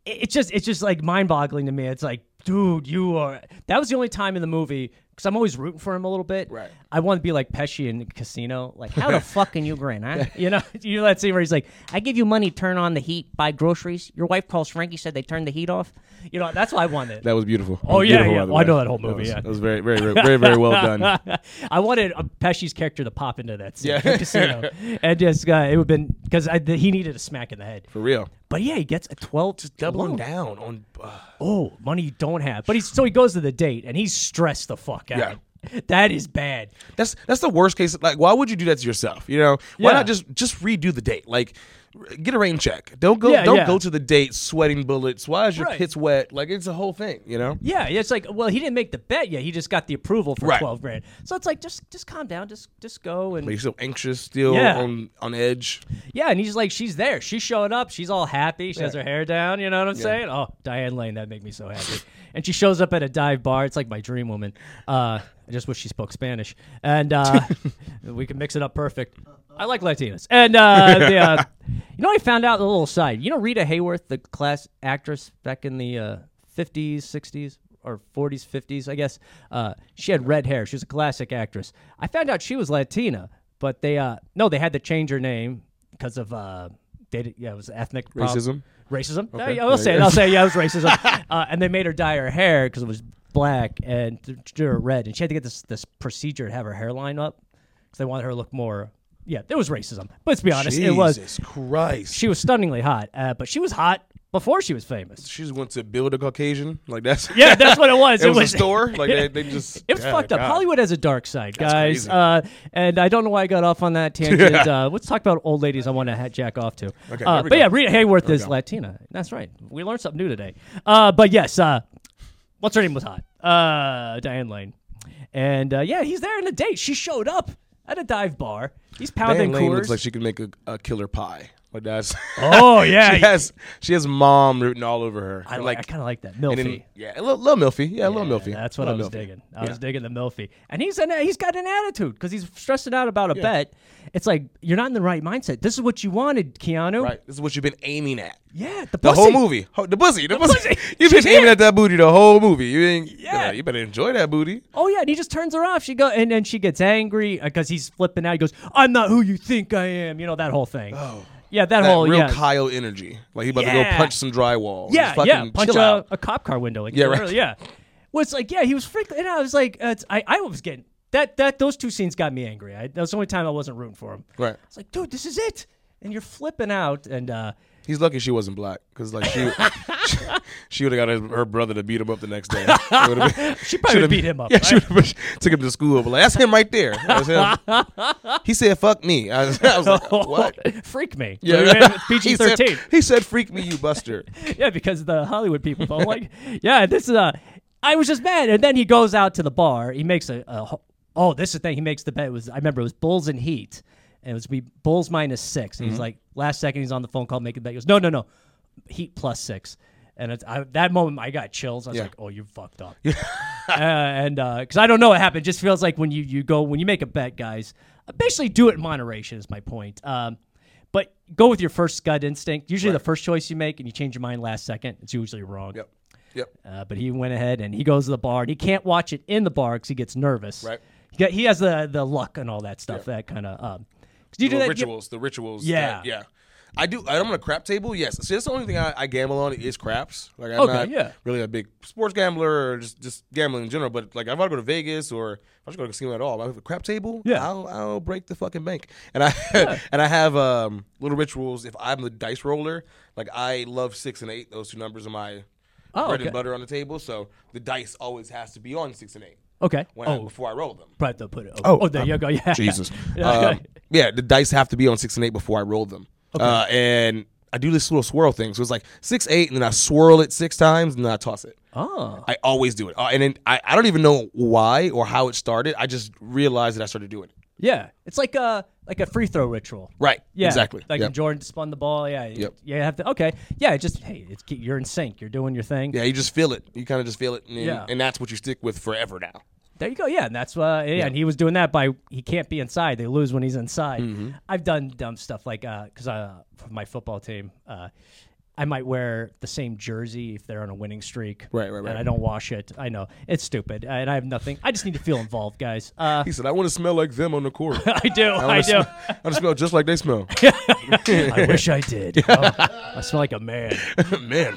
it- it's just it's just like mind boggling to me. It's like, dude, you are. That was the only time in the movie because I'm always rooting for him a little bit. Right. I want to be like Pesci in Casino. Like, how <laughs> the fuck can you grin? Huh? You know, <laughs> you know that scene where he's like, "I give you money, turn on the heat, buy groceries." Your wife calls Frankie, said they turned the heat off. You know, that's why I wanted. That was beautiful. That Oh, was yeah, beautiful, yeah. by the Oh, I way. know that whole movie, was- yeah. that was very, very, very, very, very <laughs> well done. <laughs> I wanted uh, Pesci's character to pop into that scene, Yeah. from Casino, <laughs> and just uh, it would have been because he needed a smack in the head. For real. But yeah, he gets a twelve. Just doubling loan. down on. Uh, Oh, money you don't have. But he's so he goes to the date and he's stressed the fuck out. That is bad. that's that's the worst case. Like, why would you do that to yourself? You know, why Yeah. not just just redo the date? Like, r- get a rain check. Don't go. Yeah, don't yeah. go to the date sweating bullets. Why is your Right. pits wet? Like, it's a whole thing. You know. Yeah, it's like, well, he didn't make the bet yet. He just got the approval for Right. twelve grand. So it's like, just, just calm down, just, just go and But you're so anxious, still Yeah. on on edge. yeah. And he's like, she's there. She's showing up. She's all happy. She has her hair down. You know what I'm saying? Oh, Diane Lane, that make me so happy. and she shows up at a dive bar. It's like my dream woman. Uh, I just wish she spoke Spanish, and uh, we can mix it up perfect. I like Latinas. And uh, the, uh, you know, what I found out a little side. You know, Rita Hayworth, the class actress back in the uh, 50s, 60s, or 40s, 50s, I guess. Uh, she had red hair. She was a classic actress. I found out she was Latina, but they uh, no, they had to change her name because of uh, they did, yeah, it was ethnic prob- Racism? Racism. Okay. Yeah, I'll say it. Yeah. I'll say yeah, it was <laughs> racism. uh, and they made her dye her hair because it was black and th- to her red, and she had to get this this procedure to have her hairline up because they wanted her to look more. Yeah, there was racism. But let's be honest, Jesus it was. Christ. She was stunningly hot, uh, but she was hot before she was <laughs> famous. she just went to build a Caucasian. Like that's <laughs> Yeah, <laughs> that's what it was. it, was, a store. Like <laughs> they, they just It was Yeah, fucked up. God. Hollywood has a dark side, guys. crazy. Uh, and I don't know why I got off on <laughs> that tangent. uh, let's talk about old ladies I want to ha- jack off to. Okay, uh, there we but go. yeah, Rita Hayworth is Latina. That's right. We learned something new today. Uh, but yes, uh, what's her name was hot? Uh, Diane Lane. And uh, yeah, he's there in a date. She showed up at a dive bar. He's Diane pounding Lane Coors. looks like she could make a, a killer pie. Like that's <laughs> oh yeah, she has she has mom rooting all over her. I And, like. I kind of like that. Milfy. and then, yeah, a little, little milfy. Yeah, a little milfy. That's what I Little was milfy. digging. I was digging the milfy, and he's an, he's got an attitude because he's stressing out about a bet. It's like you're not in the right mindset. This is what you wanted, Keanu. Right. This is what you've been aiming at. Yeah, the, The pussy. whole movie. Ho- the pussy. The, pussy. pussy. <laughs> You've She's been aiming here. at that booty the whole movie. You ain't Yeah. you better enjoy that booty. Oh yeah, and he just turns her off. She go and then she gets angry because he's flipping out. He goes, "I'm not who you think I am." You know that whole thing. Oh, yeah, that, That whole real yeah. Kyle energy. Like he about to go Yeah. punch some drywall. yeah, Just fucking yeah, punch a, chill out. a cop car window. Like, Yeah, right. really, yeah. Well, it's like yeah, he was freaking. And I was like, uh, it's, I, I was getting that that those two scenes got me angry. I, that was the only time I wasn't rooting for him. Right. It's like, dude, this is it, and you're flipping out, and <laughs> uh, He's lucky she wasn't black, cause like <laughs> she, she, would have got her, her brother to beat him up the <laughs> next day. she probably Should've- beat him up. Yeah, right? she would've took him to school, but like that's him right there. That was him. he said, "Fuck me." I was, I was like, <laughs> <laughs> "What?" Freak me. <laughs> He PG said- thirteen. He said, "Freak me, you Buster." yeah, because the Hollywood people don't like. Yeah, this is uh, I was just mad, and then he goes out to the bar. He makes a, a ho- oh, this is the thing. He makes the bet. It was I remember it was Bulls and Heat, and it was be Bulls minus six. And Mm-hmm. he's like, last second, he's on the phone call making the bet. He goes, no, no, no, Heat plus six. And it's, I, that moment, I got chills. I was Yeah. like, "Oh, you fucked up," uh, and because I don't know what happened, it just feels like when you you go when you make a bet, guys, basically do it in moderation. Is my point. Um, but go with your first gut instinct. Usually, the first choice you make, and you change your mind last second. It's usually wrong. Yep, yep. Uh, but he went ahead and he goes to the bar, and he can't watch it in the bar because he gets nervous. Right. He, got- he has the the luck and all that stuff. That kind of um, 'cause you do Well, that. you- rituals, the rituals. Yeah. that- yeah. I do. I'm on a crap table. Yes. See, that's the only thing I, I gamble on is craps. Like I'm Okay, not yeah. really a big sports gambler or just, just gambling in general. But like, if I go to Vegas or if I just go to a casino at all, if I have a crap table. Yeah. I'll, I'll break the fucking bank. And I <laughs> and I have um, little rituals. If I'm the dice roller, like I love six and eight. Those two numbers are my Oh, bread okay. and butter on the table. So the dice always has to be on six and eight okay. when I, oh, before I roll them. probably have to put it. Oh, oh there you go. Yeah. <laughs> <laughs> Jesus. Yeah. um, yeah, the dice have to be on six and eight before I roll them. Uh, and I do this little swirl thing. So it's like six, eight, and then I swirl it six times and then I toss it. oh. I always do it. Uh, and then I, I don't even know why or how it started. I just realized that I started doing it. Yeah. It's like a like a free throw ritual. Right. Yeah, Exactly. Like Yep. when Jordan spun the ball. Yeah, Yep. yeah. You have to. Okay, yeah. it Just hey, it's you're in sync. You're doing your thing. yeah, you just feel it. You kind of just feel it. And, then- Yeah. and that's what you stick with forever now. There you go. Yeah, and that's uh, yeah, And he was doing that by he can't be inside. They lose Mm-hmm. when he's inside. I've done dumb stuff like because uh, for my football team, uh, I might wear the same jersey if they're on a winning streak. Right, right, right. And I don't wash it. I know it's stupid, and I have nothing. I just need to feel involved, guys. Uh, <laughs> He said, "I want to smell like them on the court. I do. wanna I do. sm- I want to smell just like they smell. <laughs> <laughs> I wish I did. Oh, I smell like a man. Man,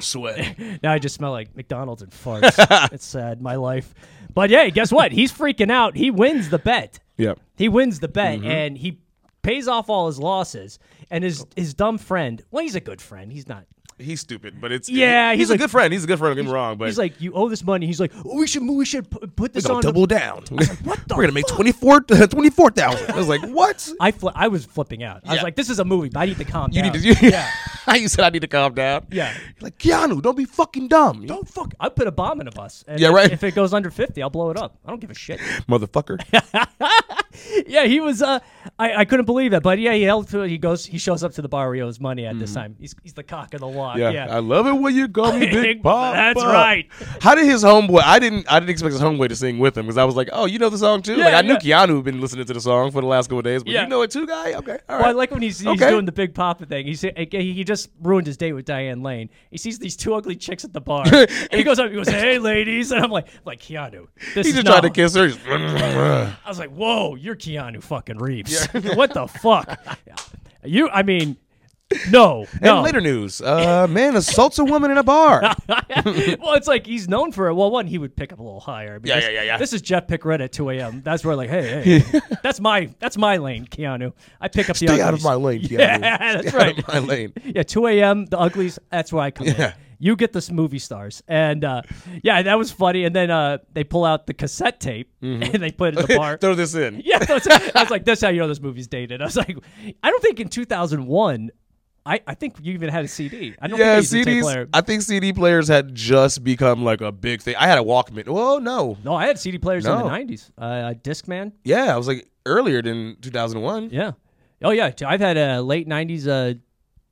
<laughs> sweat. Now I just smell like McDonald's and <laughs> farts. it's sad, my life. But yeah, guess what? He's freaking out. He wins the bet. Yep. He wins the bet Mm-hmm. and he pays off all his losses. And his his dumb friend, well, he's a good friend. He's not. He's stupid, but it's Yeah, He's, he's a like- good friend. He's a good friend. Don't get me wrong, but He's like, you owe this money. He's like, oh, we should we should pu- put this We're gonna on. the- double down. <laughs> what the We're gonna make 24 24,000. I was like, <laughs> what? I fl- I was flipping out. I was Yeah. like, this is a movie, but I need to calm You down. need to. <laughs> You, yeah. you said I need to calm down. Yeah. You're like Keanu, don't be fucking dumb. Don't Oh, fuck. I put a bomb in a bus. And Yeah, right. If it goes under fifty, I'll blow it up. I don't give a shit. <laughs> motherfucker. yeah, he was. Uh, I, I couldn't believe that, but yeah, he held. To, he goes. He shows up to the bar where he owes money at this time. He's, he's the cock of the walk. Mm-hmm. Yeah. Yeah, I love it when you call <laughs> me Big Pop. That's right. How did his homeboy? I didn't. I didn't expect his homeboy to sing with him because I was like, oh, you know the song too. Yeah, like I knew Keanu had been listening to the song for the last couple of days, but Yeah. you know it too, guy. Okay, all Well, I right. like when he's, he's Okay. doing the big papa thing. He's, he he just ruined his date with Diane Lane. He sees these two ugly chicks at the <laughs> bar. and he goes up. He goes, "Hey, ladies," and I'm like, like Keanu. This he is just not- tried to kiss her. He's- <laughs> I was like, "Whoa, you're Keanu fucking Reeves. what the <laughs> fuck? You? I mean, no, <laughs> no. And later news, uh, man assaults a woman in <laughs> a bar. well, it's like he's known for it. Well, one, he would pick up a little higher. Yeah, because yeah, yeah, yeah. This is Jeff Pickred at 2 a.m. That's where, like, hey, <laughs> hey, that's my that's my lane, Keanu. I pick up the Stay out uglies. of my lane, Keanu. <laughs> Yeah, that's Stay right. Out of my lane. Yeah, 2 a.m. The uglies. That's where I come Yeah. in. You get this movie stars, and uh, yeah, that was funny. And then uh, they pull out the cassette tape Mm-hmm. and they put it <laughs> in the bar. Throw this in. <laughs> Yeah, that's, I was like, that's how you know this movie's dated. I was like, I don't think in 2001, I, I think you even had a CD. I don't Yeah, think they used a tape CDs. player. I think CD players had just become like a big thing. I had a Walkman. Well, no, No, I had CD players in No. the 90s. Uh, Discman. Yeah, I was like earlier than 2001. Yeah. Oh, yeah. t- I've had a late 90s uh,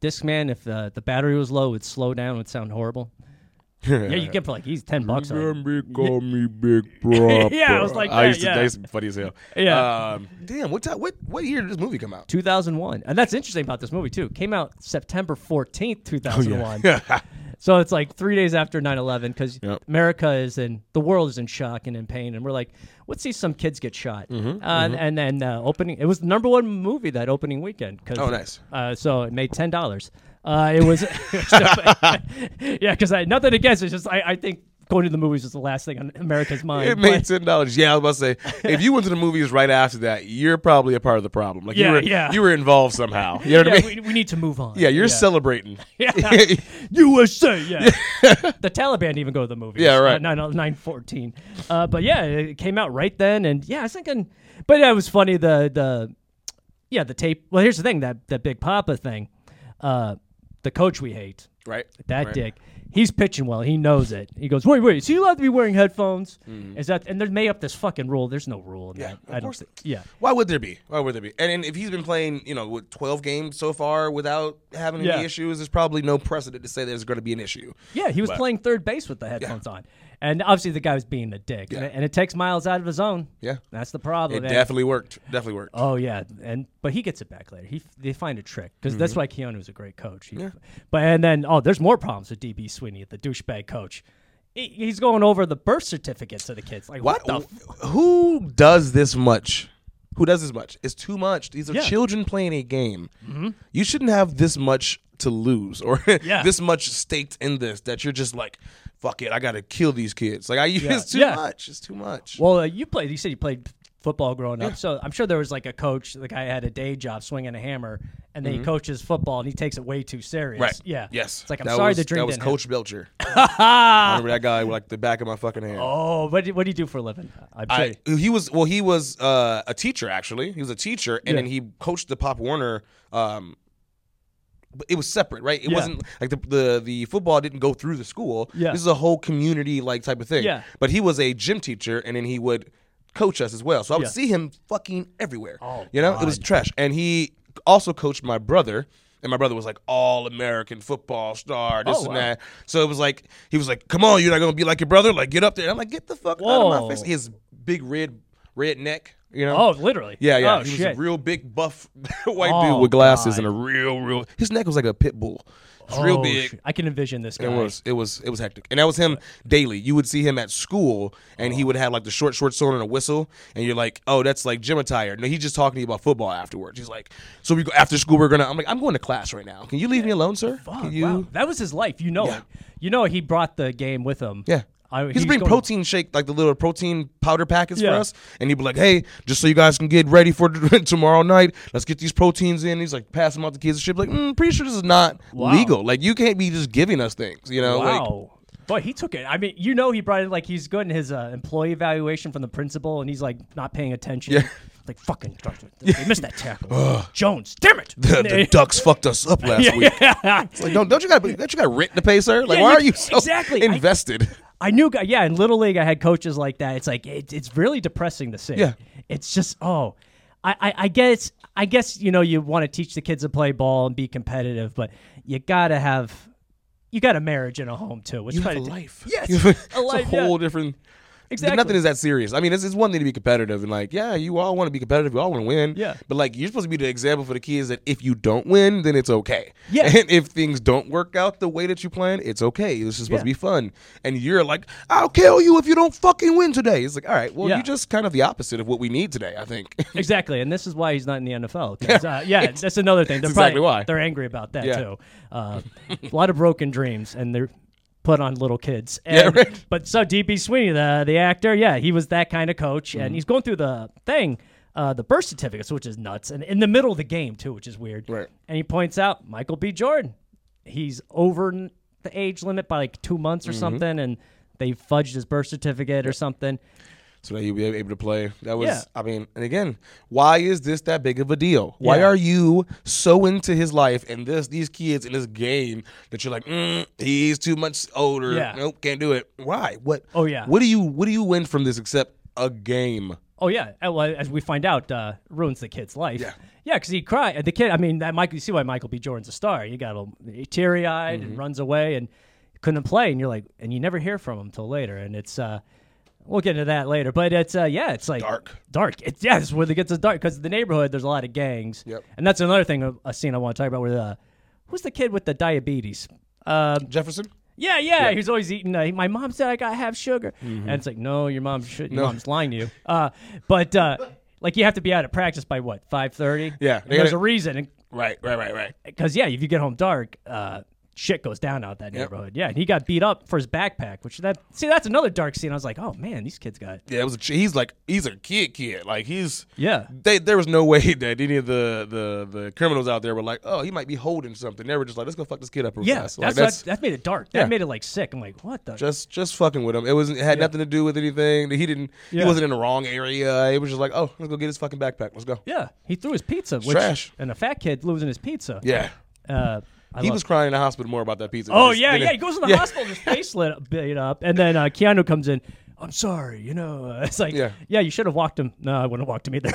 Discman. If uh, the battery was low, it would slow down. It would sound horrible. Yeah, <laughs> you get for like, he's 10 bucks on it. Remember, call me Big Pop. <laughs> Yeah, I was like I that, used to, yeah. that used to be funny as hell. Yeah. Um, damn, what time, what what year did this movie come out? 2001. And that's interesting about this movie, too. Came out September 14th, Oh, 2001. <laughs> so it's like three days after 9 11 because Yep. America is in, the world is in shock and in pain. And we're like, let's see some kids get shot. Mm-hmm, uh, And then uh, opening, it was the number one movie that opening weekend. 'cause, Oh, nice. Uh, so it made $10. Uh, it was, <laughs> yeah, because I nothing against it. It's just I, I think going to the movies was the last thing on America's mind. It made but- ten dollars. Yeah, I was about <laughs> to say, if you went to the movies right after that, you're probably a part of the problem. Like you Yeah, were, yeah. you were involved somehow. You know what yeah, I mean? we, we need to move on. <laughs> yeah, you're celebrating. <laughs> Yeah. USA, yeah. <laughs> the Taliban didn't even go to the movies. Yeah, right. Uh, 9, 914. Uh, but yeah, it came out right then. And yeah, I was thinking, but yeah, it was funny. The, the, yeah, the tape. Well, here's the thing that, that Big Papa thing, uh, the coach we hate, <laughs> right. that Right. dick, he's pitching well. He knows it. He goes, wait, wait, is he allowed to be wearing headphones? Is that, and they made up this fucking rule. There's no rule in Mm-hmm. Yeah, that. of I don't course think. Yeah. Why would there be? Why would there be? And, and if he's been playing, you know, what, 12 games so far without having Yeah. any issues, there's probably no precedent to say there's going to be an issue. Yeah, he was playing third base with the headphones on. And obviously the guy was being a dick. And, it, and it takes Miles out of his own. Yeah. That's the problem. It and- definitely worked. Definitely worked. Oh yeah, and but he gets it back later. He they find a trick because that's Mm-hmm. why Keanu's a great coach. He- But and then oh, there's more problems with DB Sweeney, the douchebag coach. He, he's going over the birth certificates of the kids. Like what, the? F- who does this much? Who does this much? It's too much. These are Yeah. Mm-hmm. children playing a game. You shouldn't have this much to lose or <laughs> Yeah. this much staked in this that you're just like, fuck it, I gotta kill these kids. Like I <laughs> it's too Yeah. much. It's too much. well, uh, you played. You said you played football growing up, so I'm sure there was like a coach. The guy had a day job swinging a hammer, and then he coaches football, and he takes it way too serious. Mm-hmm. right. Yeah. Yes. It's like I'm That sorry was, the drink That was didn't Ah! Coach Belcher. I remember that guy with like the back of my fucking hand. Oh, what do, what do you do for a living? Uh, I'm sure. I, he was well. He was uh, a teacher actually. He was a teacher, and then he coached the Pop Warner. Um, but it was separate, right? It Yeah. wasn't like the, the the football didn't go through the school. Yeah. this is a whole community like type of thing. Yeah. but he was a gym teacher, and then he would coach us as well. So I would Yeah. see him fucking everywhere. Oh, you know, it was trash. And he also coached my brother. And my brother was like all American football star, this Oh, and wow. that. So it was like he was like, "Come on, you're not gonna be like your brother. Like, get up there." And I'm like, "Get the fuck out of Whoa. my face!" his big red red neck. You know? oh, literally. yeah, yeah. Oh, he was shit. a real big buff <laughs> white Oh, dude with glasses God. and a real, real. His neck was like a pit bull. It's real Oh, big. shoot. I can envision this guy. It was it was it was hectic, and that was him daily. You would see him at school, and Oh. he would have like the short shorts on and a whistle, and you're like, oh, that's like gym attire. No, he's just talking to you about football afterwards. He's like, so we go after school, we're gonna. I'm like, I'm going to class right now. Can you leave me alone, sir? Fuck, Can you? Oh, wow. That was his life. You know Yeah. it. You know he brought the game with him. Yeah. I, He's bring going- protein shake, like the little protein powder packets Yeah. for us, and he'd be like, "Hey, just so you guys can get ready for <laughs> tomorrow night, let's get these proteins in." He's like, pass them out to kids and shit. Like, mm, pretty sure this is not Wow. legal. Like, you can't be just giving us things, you know? Like, Wow. Boy, he took it. I mean, you know, he brought it like he's good in his uh, employee evaluation from the principal, and he's like not paying attention. Yeah. Like fucking, they missed that <laughs> tackle. Jones, damn it! <laughs> <laughs> the, the Ducks fucked us up last Yeah, week. yeah. It's like, don't, don't you got don't you got rent to pay, sir? Like, Yeah, why you- are you so exactly. I- invested? I knew, guy- yeah, in little league, I had coaches like that. It's like it, it's really depressing to see. Yeah. it's just oh, I, I, I guess I guess you know you want to teach the kids to play ball and be competitive, but you gotta have you got a marriage and a home too. Which kind of- <laughs> Yes, You have a life. It's a yeah. whole different. Exactly. Nothing is that serious. I mean, it's, it's one thing to be competitive and like, yeah, you all want to be competitive, you all want to win. Yeah. But like, you're supposed to be the example for the kids that if you don't win, then it's okay. Yeah. <laughs> And if things don't work out the way that you plan, it's okay. This is supposed Yeah. to be fun. And you're like, I'll kill you if you don't fucking win today. It's like, all right, well, Yeah. you're just kind of the opposite of what we need today. I think. <laughs> <laughs> Exactly, and this is why he's not in the NFL. 'cause, uh, yeah, that's another thing. They're That's probably- exactly why. they're angry about that Yeah. too. Uh, a lot of broken dreams, and they're put on little kids. <laughs> And, right. But so DB Sweeney, the the actor, yeah, he was that kind of coach, Mm-hmm. and he's going through the thing, uh, the birth certificates, which is nuts, and in the middle of the game too, which is weird. Right. And he points out Michael B. Jordan, he's over n- the age limit by like two months Mm-hmm. or something, and they fudged his birth certificate or something. so that you'll be able to play. That was, Yeah. I mean, and again, why is this that big of a deal? Why Yeah. are you so into his life and this these kids in this game that you're like, mm, he's too much older. Yeah. Nope, can't do it. Why? What? Oh, yeah. What do you What do you win from this except a game? Oh yeah, Uh, well, as we find out, uh, ruins the kid's life. Yeah. because he cried. The kid, I mean, that Michael. You see why Michael B. Jordan's a star. You got a teary eyed Mm-hmm. and runs away and couldn't play, and you're like, and you never hear from him till later, and it's. uh We'll get into that later, but it's uh, yeah, it's like Dark. dark. It's yeah, it's where it gets dark because the neighborhood there's a lot of gangs, Yep. and that's another thing a, a scene I want to talk about. Where the who's the kid with the diabetes? Um, Jefferson. yeah, yeah, He's always eating. Uh, my mom said I gotta have sugar, Mm-hmm. and it's like, no, your mom should. Your mom's lying to you. Uh, but uh, like, you have to be out of practice by what five thirty. Yeah, and they there's gotta- a reason, Right. Right. Right. Right. because yeah, if you get home dark, uh, shit goes down out that neighborhood. Yeah, and he got beat up for his backpack, which that see that's another dark scene. I was like, oh man, these kids got Yeah, it was. A, ch- he's like he's a kid, kid. Like he's Yeah. They, there was no <laughs> way that any of the, the the criminals out there were like, oh, he might be holding something. They were just like, let's go fuck this kid up real yeah. fast. That's, Like, what- that made it dark. That Yeah. made it like sick. I'm like, what the just just fucking with him. It was it had nothing to do with anything. He didn't. Yeah. He wasn't in the wrong area. It was just like, oh, let's go get his fucking backpack. Let's go. yeah. He threw his pizza, which, trash. and a fat kid losing his pizza. Yeah. uh, I he love was crying in the hospital more about that pizza. Oh Just- yeah, than yeah. it- He goes to the <laughs> yeah. hospital, his face lit up, beat up, and then uh, Keanu comes in. I'm sorry, you know. <laughs> Uh, it's like, yeah, Yeah. you should have walked him. No, <laughs> I wouldn't have walked him either.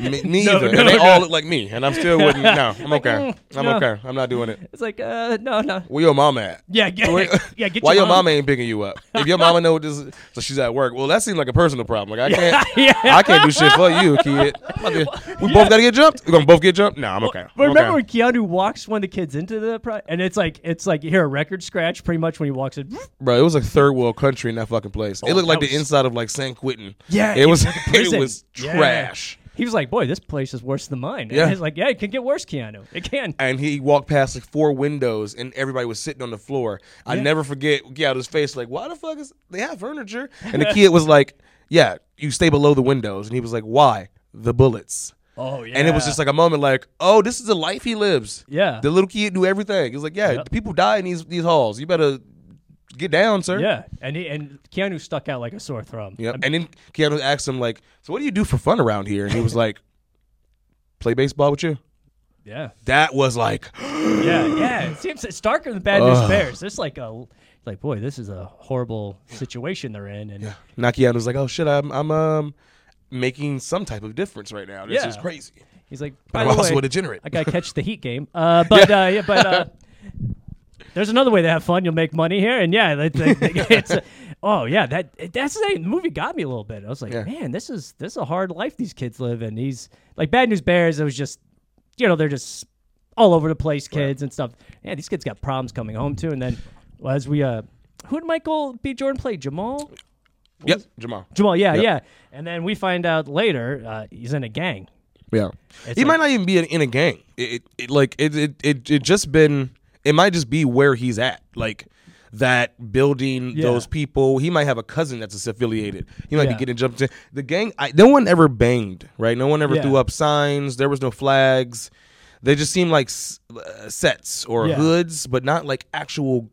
Me, me No, either. no, and they no. all look like me, and I'm still <laughs> wouldn't. No, I'm okay. mm, I'm no. okay. I'm not doing it. it's like, uh, no, no. Where your mama at? Yeah, get, Where- <laughs> <laughs> yeah. Get why your your mom. mama ain't picking you up? If your mama know what this, is, so she's at work. Well, that seems like a personal problem. Like <laughs> I can't, yeah. I can't do shit for you, <laughs> kid. I'm about to- we both gotta get jumped. We gonna both get jumped? No, I'm okay. I'm But remember okay. when Keanu walks one of the kids into the pro- and it's like it's like you hear a record scratch pretty much when he walks in. <laughs> Bro, it was like third world country in that fucking place. it looked Oh, that like the was- inside of like San Quentin. Yeah, it was. prison. <laughs> It was Yeah. trash. He was like, "Boy, this place is worse than mine." And Yeah. he's like, "Yeah, it can get worse, Keanu. It can." And he walked past like four windows, and everybody was sitting on the floor. I never forget Giotto's face. Like, why the fuck is they have furniture? And <laughs> the kid was like, "Yeah, you stay below the windows." And he was like, "Why? The bullets." Oh yeah. And it was just like a moment, like, "Oh, this is the life he lives." Yeah. the little kid knew everything. He was like, "Yeah, the people die in these these halls. You better get down, sir." yeah, and he, and Keanu stuck out like a sore thumb. Yep. And then Keanu asked him like, "So what do you do for fun around here?" And he was <laughs> like, "Play baseball with you." Yeah. That was like, <gasps> yeah, yeah. It seems it's darker than Bad News Bears. There's like a like boy, this is a horrible situation they're in, and yeah, now Keanu's like, "Oh shit, I'm I'm um making some type of difference right now. This Yeah. is crazy." he's like, by But the I'm also way, a degenerate. I gotta catch the Heat game. Uh, but yeah, uh, yeah but. Uh, There's another way to have fun. You'll make money here, and yeah, that, that- that- <laughs> it's a- oh yeah, that that's the, thing. the movie got me a little bit. I was like, Yeah. man, this is this is a hard life these kids live in. These like Bad News Bears. It was just you know they're just all over the place, kids and stuff. Yeah, these kids got problems coming home too. And then well, as we uh, who did Michael B. Jordan play? Jamal. Yep, Jamal. Jamal. Yeah, Yep. yeah. And then we find out later uh, he's in a gang. Yeah, he might not even be in, in a gang. It, it, it like it, it it it just been. It might just be where he's at, like that building, Yeah. those people. He might have a cousin that's disaffiliated. He might Yeah. be getting jumped in the gang. I, no one ever banged, right? No one ever Yeah. threw up signs. There was no flags. They just seemed like s- uh, sets or Yeah. hoods, but not like actual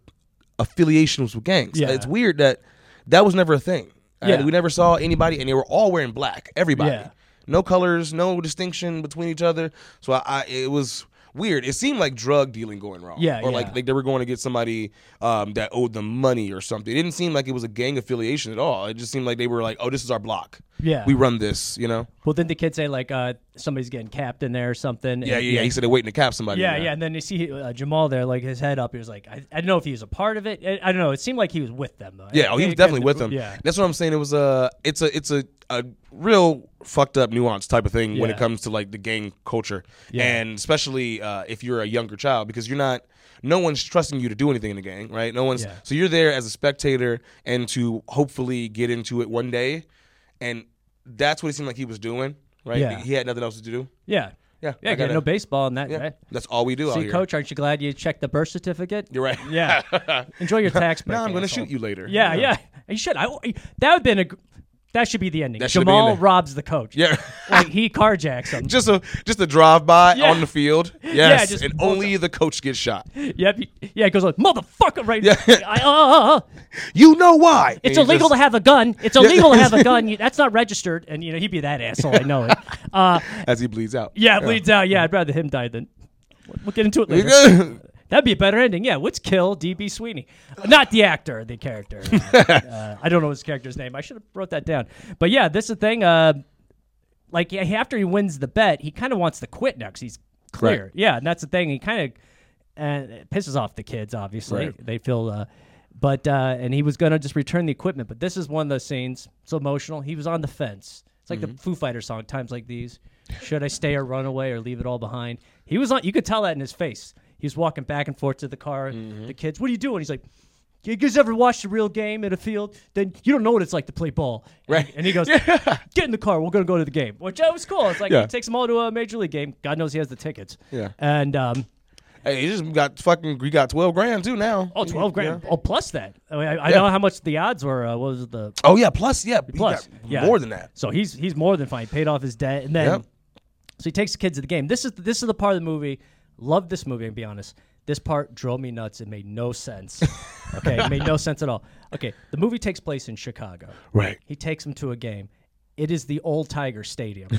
affiliations with gangs. Yeah. It's weird that that was never a thing. Uh, Yeah. we never saw anybody, and they were all wearing black. Everybody. Yeah. No colors, no distinction between each other. So I, I it was weird. It seemed like drug dealing going wrong. Yeah, Or like yeah. like they were going to get somebody um, that owed them money or something. It didn't seem like it was a gang affiliation at all. It just seemed like they were like, oh, this is our block. Yeah. We run this, you know? Well, didn't the kid say like uh, somebody's getting capped in there or something? Yeah, And- yeah, yeah. He said they're waiting to cap somebody. Yeah, in yeah, there. and then you see uh, Jamal there, like his head up. He was like, I, I don't know if he was a part of it. I, I don't know. It seemed like he was with them though. Yeah, oh, he It was kind definitely of- with them. Yeah, that's what I'm saying. It was a, it's a, it's a, a real fucked up nuance type of thing when Yeah. it comes to like the gang culture, Yeah. and especially uh, if you're a younger child because you're not, no one's trusting you to do anything in the gang, right? No one's, Yeah. so you're there as a spectator and to hopefully get into it one day, and that's what it seemed like he was doing, right? Yeah. He had nothing else to do. yeah, Yeah, yeah. I got gotta- no baseball and that. yeah. Right? That's all we do out See, here. coach, aren't you glad you checked the birth certificate? You're right. <laughs> Yeah. Enjoy your tax break. no, I'm gonna asshole. shoot you later. Yeah, yeah. You should. I, that would been a. gr- That should be the ending. That should be Jamal in there. robs the coach. Yeah. <laughs> like he carjacks him. just a just a drive by <laughs> Yeah. on the field. Yes, just and pulls only the coach gets shot. Yep. he- yeah, he goes like motherfucker right. Yeah. I- uh, uh, uh. You know why? It's And he illegal just- to have a gun. It's illegal to have a gun. You- That's not registered. And you know he'd be that asshole. I know it. Uh, as he bleeds out. yeah, it bleeds out. Yeah, I'd rather him die than. We'll get into it You later. good? That'd be a better ending. Yeah, let's kill DB Sweeney, not the actor, the character. Uh, uh, I don't know his character's name. I should have wrote that down. But yeah, this is the thing. Uh, like yeah, he- after he wins the bet, he kind of wants to quit now 'cause he's clear. Right. Yeah, and that's the thing. He kind of and it pisses off the kids. Obviously, Right. they feel. Uh, but uh, and he was gonna just return the equipment. But this is one of those scenes. It's emotional. He was on the fence. It's like Mm-hmm. the Foo Fighter song. Times like these, should I stay or run away or leave it all behind? He was on. You could tell that in his face. He was walking back and forth to the car. Mm-hmm. The kids, what are you doing? He's like. You guys ever watched a real game at a field? Then you don't know what it's like to play ball. Right. And he goes, "Ah, get in the car. We're going to go to the game, which that was cool. It's like Yeah. he takes them all to a major league game. God knows he has the tickets. Yeah. And um, <laughs> Hey, he just got fucking. You got twelve grand too now. oh, 12 grand. Yeah. Oh, plus that. I, mean, I, I Yeah. know how much the odds were. Uh, what was the Oh yeah, plus yeah, he plus? got yeah. more than that. So he's he's more than fine. Paid off his debt, and then Yep. so he takes the kids to the game. This is this is the part of the movie. Love this movie. To be honest, this part drove me nuts. It made no sense. <laughs> okay, it made no sense at all. Okay, the movie takes place in Chicago. Right. He takes him to a game. It is the old Tiger <laughs> Stadium.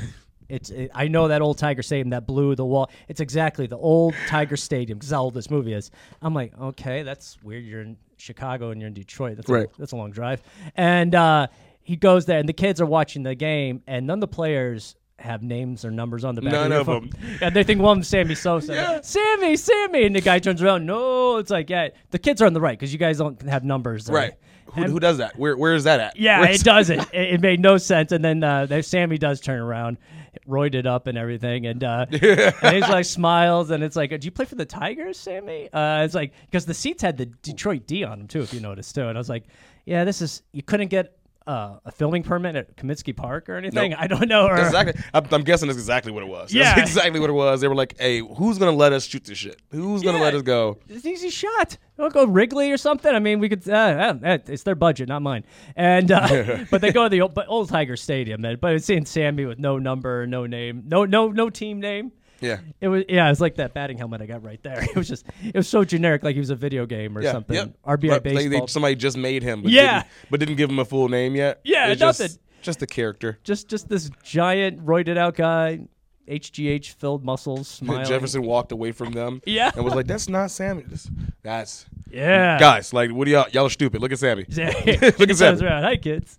It's it, I know that old Tiger Stadium that blew the wall. It's exactly the old Tiger Stadium because how old this movie is. I'm like, okay, that's weird. You're in Chicago and you're in Detroit. That's Right. A, that's a long drive. And uh, he goes there, and the kids are watching the game, and none of the players have names or numbers on the back. None their of phone. 'em. <laughs> And they think one of them's Sammy Sosa. Sammy, Sammy, and the guy turns around. No, it's like yeah, the kids are on the right because you guys don't have numbers. Right. Who, who does that? Where Where is that at? Yeah, Where's- it doesn't. it, it made no sense. And then uh, there- Sammy does turn around, roided up and everything, and, uh, and he's like smiles, and it's like, "Do you play for the Tigers, Sammy?" Uh, it's like because the seats had the Detroit D on them too, if you noticed too. And I was like, "Yeah, this is you couldn't get uh, a filming permit at Comiskey Park or anything. Nope. I don't know." Or, That's <laughs> exactly. I'm, I'm guessing that's exactly what it was. Yeah. That's <laughs> exactly what it was. They were like, "Hey, who's gonna let us shoot this shit? Who's gonna Yeah. let us go?" It's an easy shot. Don't go Wrigley or something. I mean, we could. Uh, uh, uh, it's their budget, not mine. And <laughs> uh, but they go to the old, but old Tiger Stadium. Then, but it's seeing Sammy with no number, no name, no no no team name. Yeah. It was yeah. It was like that batting helmet I got right there. <laughs> It was just it was so generic, like he was a video game or Yeah. something. Yep. RBI But they- they- baseball. somebody just made him. But Yeah. Didn't, but didn't give him a full name yet. Yeah, It's just- nothing. Just a character. just just this giant roided out guy, HGH filled muscles, smiling. Jefferson walked away from them. Yeah. And was like, that's not Sammy. That's, that's Yeah. guys, like what do y'all y'all are stupid. <laughs> Look <laughs> at Sammy. Look at turns Sammy. around. Hi, kids.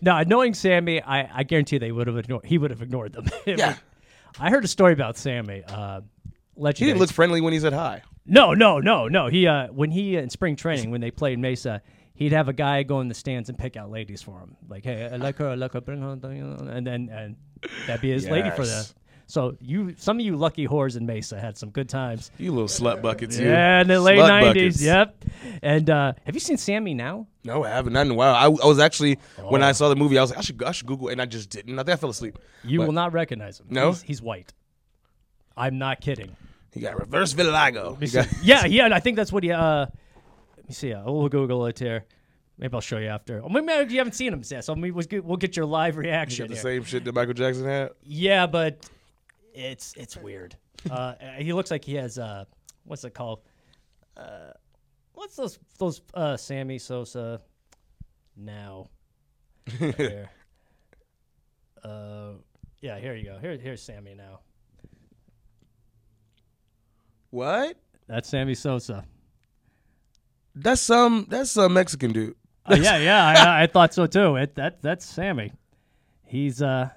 No, knowing Sammy, I, I guarantee they would have ignored. He would have ignored them. <laughs> It Yeah. was- I heard a story about Sammy. Uh, He legendary. didn't look friendly when he said hi. no, no, no, no. He uh, when he in spring training when they played Mesa, he'd have a guy go in the stands and pick out uh, ladies for him. Like, hey, I like her, I like her, bring her, and then and that'd be his lady for the Yes. So you, some of you lucky whores in Mesa had some good times. You little slut buckets. you. Yeah, in the late Slut nineties. buckets. Yep. And uh, have you seen Sammy now? No, I haven't. Not in a while. I, I was actually when Oh. I saw the movie, I was like, I should I should Google, it, and I just didn't. I think I fell asleep. You But will not recognize him. No? he's, he's white. I'm not <laughs> kidding. He got reverse vitiligo. He got- yeah, yeah. and I think that's what he. Uh, let me see. Uh, we'll Google it here. Maybe I'll show you after. Or maybe if you haven't seen him, yeah, so we- we'll get, we'll get your live he got reaction. <laughs> the here. same shit that Michael Jackson had. Yeah, but it's it's weird. Uh, <laughs> he looks like he has uh, what's it called? Uh, what's those those uh, Sammy Sosa <laughs> now? Right here. Uh, yeah, here you go. Here here's Sammy now. What? That's Sammy Sosa. That's some. That's some Mexican dude. <laughs> Uh, yeah, yeah, I, I thought so too. It that that's Sammy. He's uh,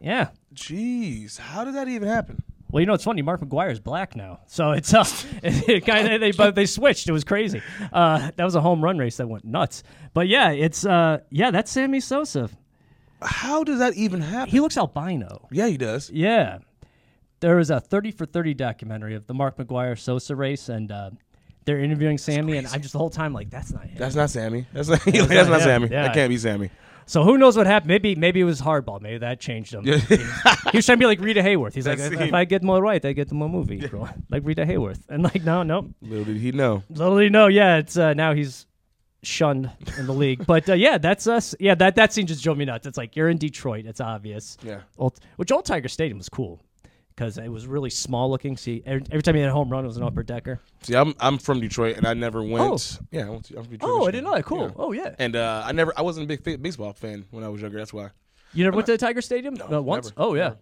yeah. Jeez, how did that even happen? Well, you know it's funny. Mark McGuire is black now, so it's uh, <laughs> it kind of they but they switched. It was crazy. Uh, that was a home run race that went nuts. But yeah, it's uh, yeah, that's Sammy Sosa. How does that even happen? He looks albino. yeah, he does. Yeah, there was a thirty for thirty documentary of the Mark McGuire Sosa race, and uh, they're interviewing Sammy, and I'm just the whole time like, that's not him. That's not Sammy. That's not. <laughs> that's not him. Sammy. Yeah. That can't be <laughs> Sammy. So who knows what happened? Maybe maybe it was hardball. Maybe that changed him. <laughs> he was trying to be like Rita Hayworth. He's like, That's if, him. if I get more right, I get more movie, bro. like Rita Hayworth. And like, no, no, Little did he know. little did he know. Yeah, it's uh, now he's shunned in the league. But uh, yeah, that's us. Yeah, that that scene just drove me nuts. It's like you're in Detroit. It's obvious. Yeah. Old, which Old Tiger Stadium was cool because it was really small looking. See, every, every time he had a home run, it was an upper decker. See, I'm I'm from Detroit, and I never went. Yeah, Oh. I went to, I'm from Detroit. Oh, I Michigan. didn't know that. Cool. Yeah. Oh yeah. And uh, I never, I wasn't a big fa- baseball fan when I was younger. That's why. You never went to the Tiger Stadium? No, once. never. Oh yeah.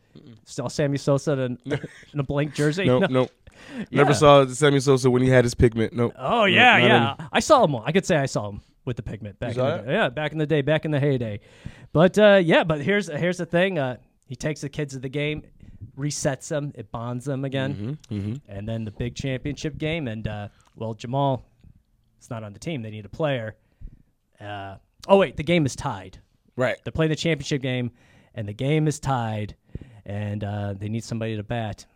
Saw Sammy Sosa in, <laughs> in a blank jersey. <laughs> No, No. no, <laughs> never Yeah. saw Sammy Sosa when he had his pigment. No. Oh No, yeah, not yeah. in- I saw him. I could say I saw him with the pigment back. In saw the, day. yeah, back in the day, back in the heyday. But uh, yeah, but here's here's the thing. Uh, he takes the kids to the game, resets them, it bonds them again, Mm-hmm, and then the big championship game. And uh, well, Jamal, is not on the team. They need a player. Uh, oh wait, the game is tied. Right. They're playing the championship game, and the game is tied, and uh, they need somebody to bat.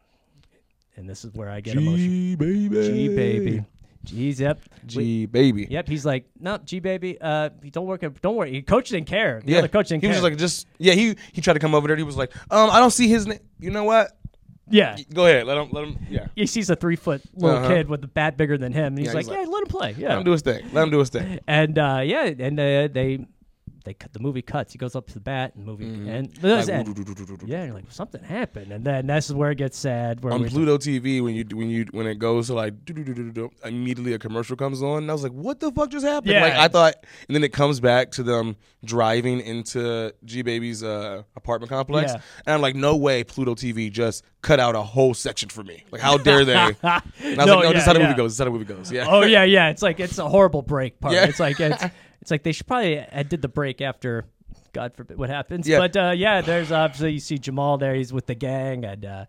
And this is where I get emotional. G baby. Gee, baby. Geez, yep. G baby. Yep, he's like, no, G baby, uh, don't work. Don't worry. Your Coach didn't care. The Yeah. other coach didn't he care. was just like, just yeah. He he tried to come over there. He was like, um, I don't see his name. You know what? yeah. Go ahead. Let him. Let him. Yeah. He sees a three foot little Uh-huh. kid with a bat bigger than him. And he's, Yeah, like, he's like- yeah, let him play. Let Yeah. him do his thing. Let him do his thing. <laughs> and uh, yeah, and uh, they, they cut the movie cuts. He goes up to the bat and the movie and the Mm-hmm. Like, end. woo-doo-doo-doo-doo-doo. Yeah, you're like something happened, and then this is where it gets sad. Where <laughs> On we Pluto TV, when you when you when it goes to like doo-doo-doo-doo-doo, immediately a commercial comes on, and I was like, "What the fuck just happened?" Yeah. Like I thought, and then it comes back to them driving into G Baby's uh, apartment complex, Yeah. and I'm like, "No way, Pluto TV just cut out a whole section for me! Like how <laughs> dare they?" and I was No, like, "No, this yeah, is how the yeah. movie goes. This is how the movie goes." Yeah. oh <laughs> yeah, yeah. It's like it's a horrible break part. Yeah. It's <laughs> like it's, it's like they should probably I did the break after. God forbid what happens. Yeah. But uh, yeah, there's obviously you see Jamal there. He's with the gang, and, uh,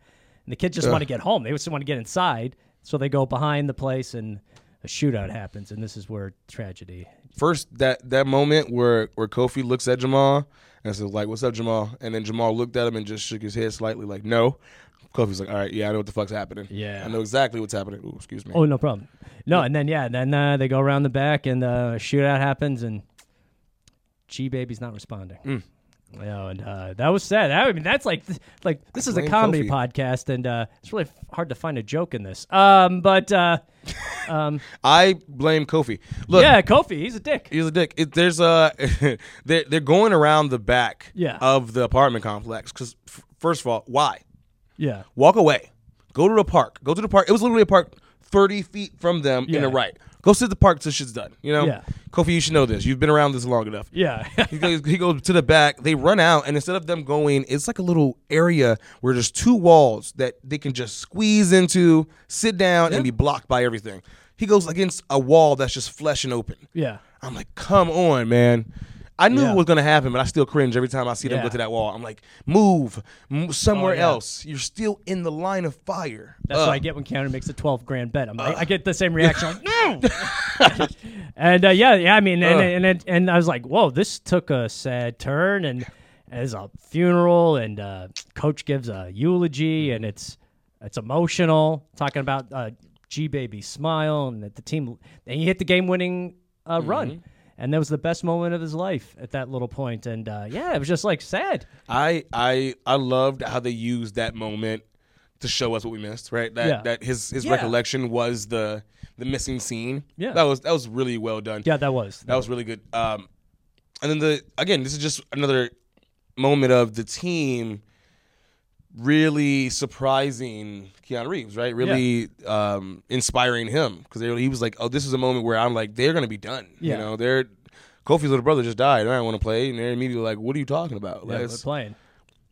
and the kids just want to get home. They just want to get inside, so they go behind the place, and a shootout happens. And this is where tragedy. first that that moment where where Kofi looks at Jamal and says like, "What's up, Jamal?" and then Jamal looked at him and just shook his head slightly, like, "No." Kofi's like, "All right, yeah, I know what the fuck's happening. Yeah. I know exactly what's happening." Ooh, excuse me. Oh no problem. No, and then yeah, then uh, they go around the back, and uh, shootout happens, and G Baby's not responding. Mm. No, and uh, that was sad. I mean, that's like, like this is a blame comedy Kofi. podcast, and uh, it's really f- hard to find a joke in this. Um, but uh, I blame Kofi. Look, yeah, Kofi, he's a dick. he's a dick. It, there's a <laughs> they're they're going around the back Yeah. of the apartment complex because f- first of all, why Yeah, walk away, go to the park, go to the park? It was literally a park thirty feet from them in Yeah. the right. Go sit at the park till shit's done. You know, Yeah. Kofi, you should know this. You've been around this long enough. yeah, <laughs> he goes, he goes to the back. They run out, and instead of them going, it's like a little area where there's two walls that they can just squeeze into, sit down, and be blocked by everything. He goes against a wall that's just flesh and open. yeah. I'm like, come on, man. I knew Yeah. it was gonna happen, but I still cringe every time I see them Yeah. Oh, go to that wall. I'm like, move, move somewhere yeah. else. You're still in the line of fire. That's Ugh. what I get when Keanu makes a twelve grand bet. I'm like, I get the same reaction. I'm like, no. and uh, yeah, yeah. I mean, and, and and and I was like, whoa, this took a sad turn, and There's a funeral, and uh, coach gives a eulogy, and it's it's emotional. Talking about uh, G baby smile, and that the team, and he hit the game winning uh, run, and that was the best moment of his life at that little point. And uh, yeah, it was just like sad. I I I loved how they used that moment to show us what we missed, right? That Yeah. that his his Yeah. recollection was the the missing scene. Yeah. That was that was really well done. Yeah, that was. That was really good. Um and then the again, this is just another moment of the team really surprising Keanu Reeves, right? Really um inspiring him cuz he was like, "Oh, this is a moment where I'm like they're going to be done." Yeah. You know, they're Kofi's little brother just died. I don't want to play, and they're immediately like, "What are you talking about?" yeah, Like, we're it's- playing.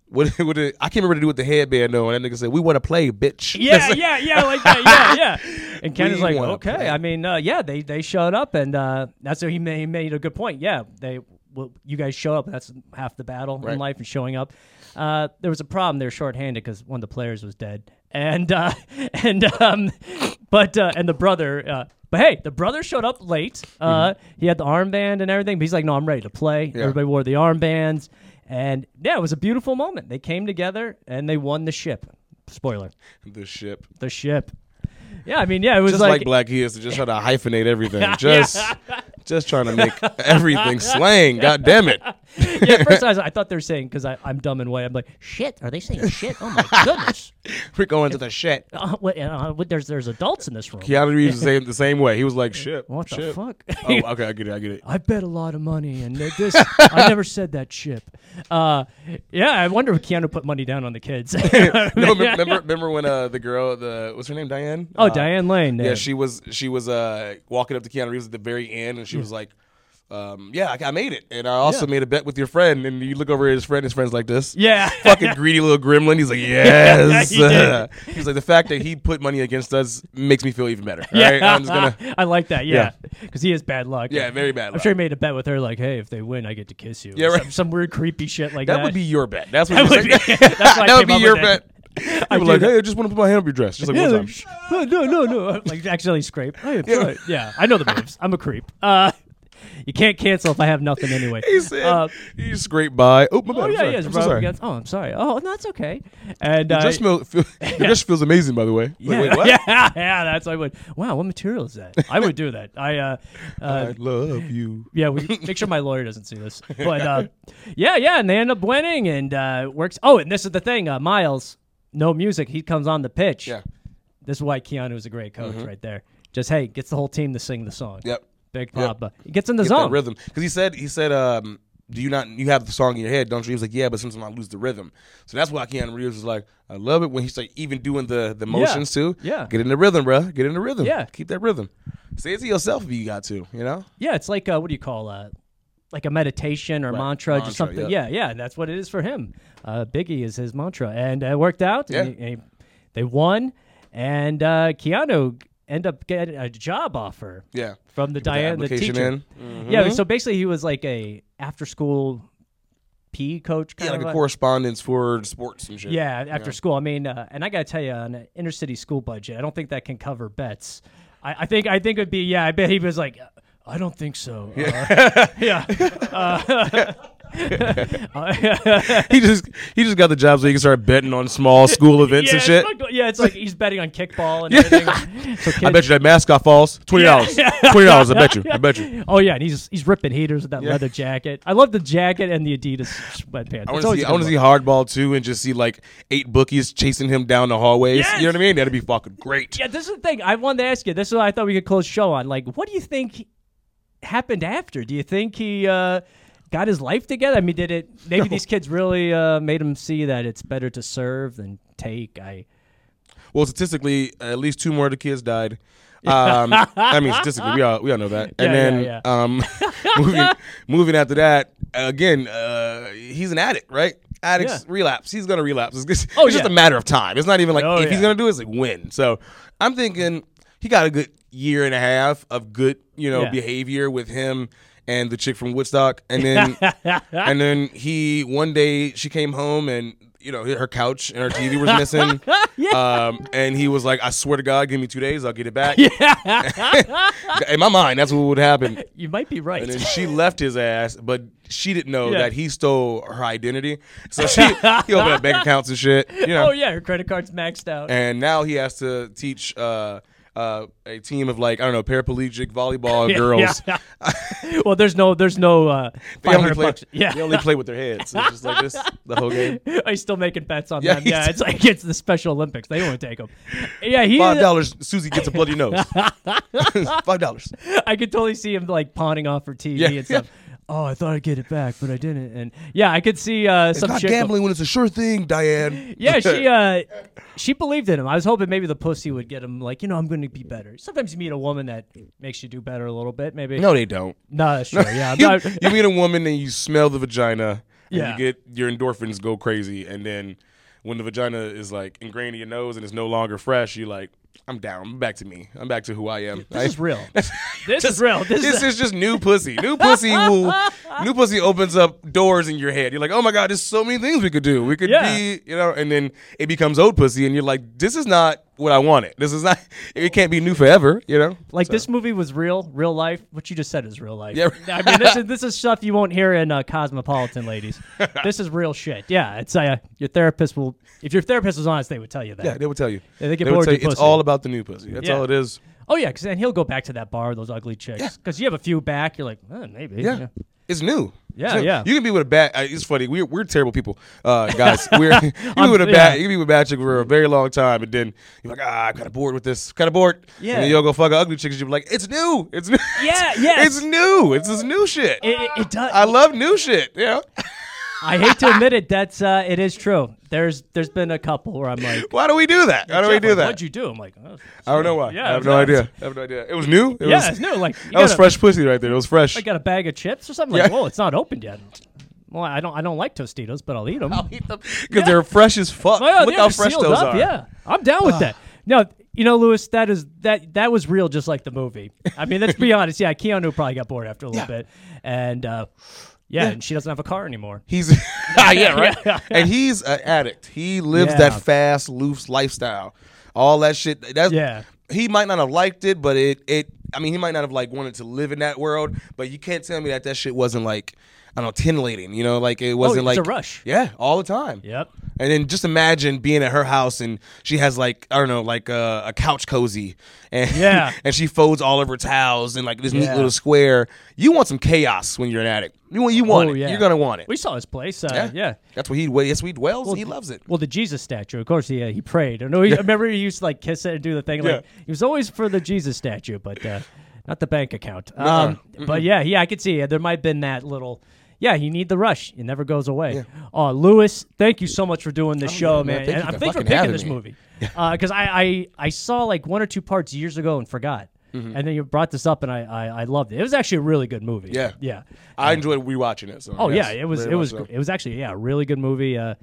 what, <laughs> what did- I can't remember to do with the headband though, and that nigga said, "We want to play, <laughs> bitch." Yeah, yeah, yeah, like that. <laughs> Yeah, yeah. And Ken We is like, wanna okay. play. I mean, uh, yeah, they they showed up, and uh, that's what he made, he made a good point. Yeah, they well, you guys show up. That's half the battle in Right. life, and showing up. Uh, there was a problem. They were shorthanded because one of the players was dead, and uh, <laughs> and um, but uh, and the brother. Uh, but hey, the brother showed up late. Uh, Mm-hmm. He had the armband and everything. But he's like, no, I'm ready to play. Everybody wore the armbands, and yeah, it was a beautiful moment. They came together and they won the ship. Spoiler the ship. the ship. Yeah, I mean, yeah, it was Just like, like, Black Kids, just <laughs> trying to hyphenate everything. Just, just trying to make everything slang. God damn <laughs> it! yeah. at First, I, was, I thought they were saying because I'm dumb and white. I'm like, shit, are they saying shit? Oh <laughs> my goodness! We're going to the shit. Uh, what, uh, what, there's there's adults in this room. Keanu Reeves was saying it the same way. He was like, "Ship, what the ship." fuck? Oh, okay, I get it. <laughs> I get it. I bet a lot of money, and that this <laughs> I never said that ship. Uh, yeah, I wonder if Keanu put money down on the kids. <laughs> <laughs> No, me- remember, remember when uh, the girl, the what's her name, Diane? oh, Uh, Diane Lane. Yeah, she was she was uh, walking up to Keanu Reeves at the very end, and she was like, um, "Yeah, I, I made it, and I also Yeah. made a bet with your friend." And you look over at his friend. His friend's like this. yeah. <laughs> Fucking greedy little gremlin. He's like, <laughs> yes. he did. <laughs> He's like, the fact that he put money against us makes me feel even better. <laughs> All Yeah, right? I'm just <laughs> gonna. I like that. Yeah, because he has bad luck. Yeah, very bad I'm luck. sure he made a bet with her, like, "Hey, if they win, I get to kiss you." Yeah, or right. Some, some weird, creepy shit like that. That would be your bet. That's what That you would said. be- <laughs> that's why I <laughs> that came would be up your with that. bet. <laughs> I People do like, that. hey, I just want to put my hand up your dress. Just <laughs> like Yeah, one like, time. "Shh, no, no, no, no. Like actually <laughs> scrape. I am sorry. Yeah, I know the moves. I'm a creep. Uh, you can't cancel if I have nothing <laughs> anyway. He said, uh, you scrape by. Oh, my bad. oh I'm yeah, sorry. yeah. it's I'm so Rob sorry. Against, oh, I'm sorry. Oh, no, it's okay. And Your uh, dress, smell, <laughs> feel, your dress feels amazing, by the way. Like, <laughs> yeah, wait, what? yeah, yeah. That's I would. Wow, what material is that? I would do that. I uh, uh, I love you. Yeah, <laughs> we make sure my lawyer doesn't see this. But uh, yeah, yeah, and they end up winning and uh, works. Oh, and this is the thing, uh, Miles, no music. He comes on the pitch. Yeah. this is why Keanu is a great coach right there. Just hey, gets the whole team to sing the song. Mm-hmm. Yep. Big Yep. Papa. He gets in the Get zone. that rhythm. Because he said, he said, um, do you not you have the song in your head, don't you? He was like, yeah, but sometimes I lose the rhythm. So that's why Keanu Reeves is like, I love it when he's like even doing the the motions too. Yeah. get in the rhythm, bruh. Get in the rhythm. Yeah. keep that rhythm. Say it to yourself if you got to. You know, Yeah, it's like uh, what do you call uh, like a meditation or mantra, just Mantra, something. Yeah, yeah, that's what it is for him. Uh, Biggie is his mantra, and it worked out. and Yeah. he- and he- they won, and uh, Keanu end up getting a job offer. yeah. from the Put that Diane the application teacher. in. Mm-hmm. Yeah, so basically he was like a after school PE coach kind Yeah, like of a correspondence for sports and shit. Yeah, after school. I mean, uh, and I got to tell you on an inner city school budget, I don't think that can cover bets. I, I think I think it'd be yeah, I bet he was like I don't think so. Uh, yeah. <laughs> Uh, <laughs> he just he just got the job so he can start betting on <laughs> small school events yeah, and shit. It's like, yeah, it's like he's betting on kickball <laughs> and everything. So I kids- bet you that mascot falls twenty dollars. Twenty dollars. I <laughs> bet you. I bet you. Oh yeah, and he's he's ripping heaters with that leather jacket. I love the jacket and the Adidas sweatpants. I want to see. I want to see Hardball too, and just see like eight bookies chasing him down the hallways. Yes! You know what I mean? That'd be fucking great. Yeah, this is the thing. I wanted to ask you. This is what I thought we could close the show on. Like, what do you think happened after? Do you think he uh, got his life together? I mean, did it? Maybe these kids really uh, made him see that it's better to serve than take. <laughs> I Well, statistically, at least two more of the kids died. <laughs> Um, I mean, statistically, we all we all know that. And Yeah, then yeah, Um, <laughs> moving moving after that, again, uh, he's an addict, right? Addicts Yeah. relapse. He's gonna relapse. It's, it's Oh, just yeah. a matter of time. It's not even like Oh, if he's yeah. gonna do it, it's like when. So I'm thinking he got a good year and a half of good, you know, Yeah. behavior with him and the chick from Woodstock, and then <laughs> Ah. and then he one day she came home and you know her couch and her TV was <laughs> missing, um, and he was like, "I swear to God, give me two days, I'll get it back." In my mind, that's what <laughs> would happen. You might be right. And then she left his ass, but she didn't know Yeah. that he stole her identity. <laughs> So she he opened up bank accounts and shit. You know. Oh yeah, her credit card's maxed out. And now he has to teach uh, uh, a team of like I don't know paraplegic volleyball girls. <laughs> Yeah. well, there's no, there's no uh, They, five only hundred play, bucks. Yeah, <laughs> they only play with their heads. It's just like this the whole game. Are you still making bets on Yeah, them? he's- Yeah, it's like it's the Special Olympics. They won't take them. Yeah, he. Five dollars. Susie gets a <laughs> bloody nose. Five dollars. I could totally see him like pawning off her TV Yeah, and stuff. Oh, I thought I'd get it back, but I didn't. And yeah, I could see uh, some Not chick. gambling when it's a sure thing, Diane. <laughs> Yeah, she uh, she believed in him. I was hoping maybe the pussy would get him like you know I'm going to be better. Sometimes you meet a woman that makes you do better a little bit. Maybe <laughs> no, they don't. no, that's true. <laughs> <laughs> Yeah, I'm You, not- you meet a woman and you smell the vagina. And Yeah. You get your endorphins go crazy, and then when the vagina is like ingrained in your nose and it's no longer fresh, you're like, I'm down. I'm back to me. I'm back to who I am. this I- is <laughs> real. This <laughs> is real. This, This is. is just new pussy. New <laughs> pussy will. New pussy opens up doors in your head. You're like, oh my god, there's so many things we could do. We could Yeah. be, you know. And then it becomes old pussy, and you're like, this is not what I wanted. This is not. <laughs> It can't be new forever, you know. Like So- this movie was real, real life. What you just said is real life. Yeah. <laughs> I mean, <laughs> this is this is stuff you won't hear in uh, Cosmopolitan, ladies. this is real shit. Yeah, it's uh, your therapist will. If your therapist was honest, they would tell you that. Yeah, they would tell you. Yeah, they get would bored tell of you, new It's pussy. all about the new pussy. That's Yeah. all it is. Oh yeah, because then he'll go back to that bar with those ugly chicks. Because you have a few back, you're like, eh, maybe. Yeah. It's new. Yeah, It's new. yeah. You can be with a bad. uh, It's funny. We're, we're terrible people, <laughs> uh, guys. We're <laughs> you can be with a yeah. bad. You can be with a bad chick for a very long time, and then you're like, ah, I'm kind of bored with this. Kind of bored. Yeah. And then you'll go fuck an ugly chick, and you'll be like, it's new. It's new. Yeah, yes. <laughs> It's new. It's this new shit. It, it, it does. I love new shit. Yeah. <laughs> I hate to admit it. That's uh, it is true. There's there's been a couple where I'm like, Why do we do that? Why do we Jeff, do like, that? What'd you do? I'm like, oh, I don't know why. Yeah, I have it no was- idea. I have no idea. It was new. It yeah, it's was, new. Like you That was gotta- fresh pussy right there. It was fresh. <laughs> I got a bag of chips or something. Like, Yeah. whoa, it's not opened yet. Well, I don't I don't like Tostitos, but I'll eat them. Because they're fresh as fuck. Look how fresh those are. Ah. Yeah, I'm down with that. No, you know, Lewis, that is that that was real, just like the movie. I mean, let's <laughs> be honest. Yeah, Keanu probably got bored after a little bit, and uh, yeah, and she doesn't have a car anymore. <laughs> He's ah, yeah, right. And he's an addict. He lives Yeah. that fast, loose lifestyle. All that shit. That's, Yeah. He might not have liked it, but it it. I mean, he might not have like wanted to live in that world, but you can't tell me that that shit wasn't like. I don't know, titillating, you know, like it wasn't Oh, it's like a rush. Yeah, all the time. Yep. And then just imagine being at her house and she has like I don't know, like uh, a, a couch cozy, and <laughs> Yeah. and she folds all of her towels in like this neat Yeah. little square. You want some chaos when you're an addict. You want you want Oh, it. yeah. You're gonna want it. We saw his place. Uh, Yeah, yeah. That's what he that's what he dwells. and he loves it. Well, the Jesus statue, of course, he uh, he prayed. I know. He, I remember he used to like kiss it and do the thing. Like Yeah. he was always for the Jesus statue, but uh, not the bank account. Um, but yeah, yeah, I could see. Uh, there might have been that little. Yeah, you need the rush. It never goes away. Uh, Lewis, thank you so much for doing this show, Oh, yeah, man. man. Thank And you I for think for fucking picking having this me. movie because I, I I saw like one or two parts years ago and forgot, Mm-hmm. and then you brought this up and I, I I loved it. It was actually a really good movie. Yeah. yeah. I enjoyed rewatching it. So Oh yes, yeah, it was very it much was so. gr- it was actually yeah, a really good movie. Uh,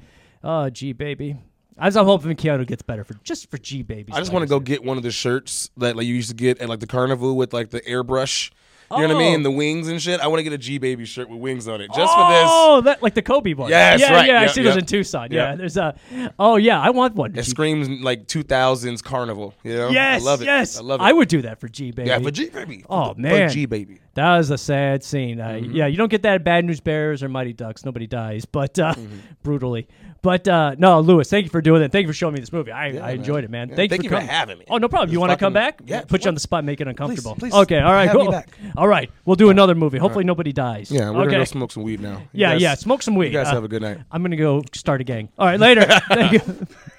oh gee baby, I was I'm hoping Keanu gets better for just for G baby. I just want to go get one of the shirts that like you used to get at like the carnival with like the airbrush. You know what I Oh. mean? The wings and shit. I want to get a G baby shirt with wings on it just for this. Oh, that like the Kobe one. Yes, yeah, right, yeah. I yep, see those yep. in Tucson. Yeah, Yep. there's a. Oh yeah, I want one. It G- screams like 2000s carnival. You know? yes, I love it. yes. I love it. would do that for G baby. yeah, for G baby. For Oh, the- for man. G baby. That was a sad scene. Uh, Mm-hmm. Yeah, you don't get that at Bad News Bears or Mighty Ducks. Nobody dies, but uh, Mm-hmm. <laughs> brutally. But uh, no, Lewis, thank you for doing it. Thank you for showing me this movie. I, I enjoyed it, man. Thank, Thank you you for, for coming. having me. Oh, no problem. It You was want to fucking- come back? yeah, Put you on the spot, make it uncomfortable. please, okay, all right, have me cool. back. All right, we'll do another movie. Hopefully, nobody dies. Yeah, we're okay. gonna go smoke some weed now. You yeah, guys- yeah. Smoke some weed. You guys Uh, have a good night. <laughs> I'm gonna go start a gang. All right, later. Thank you.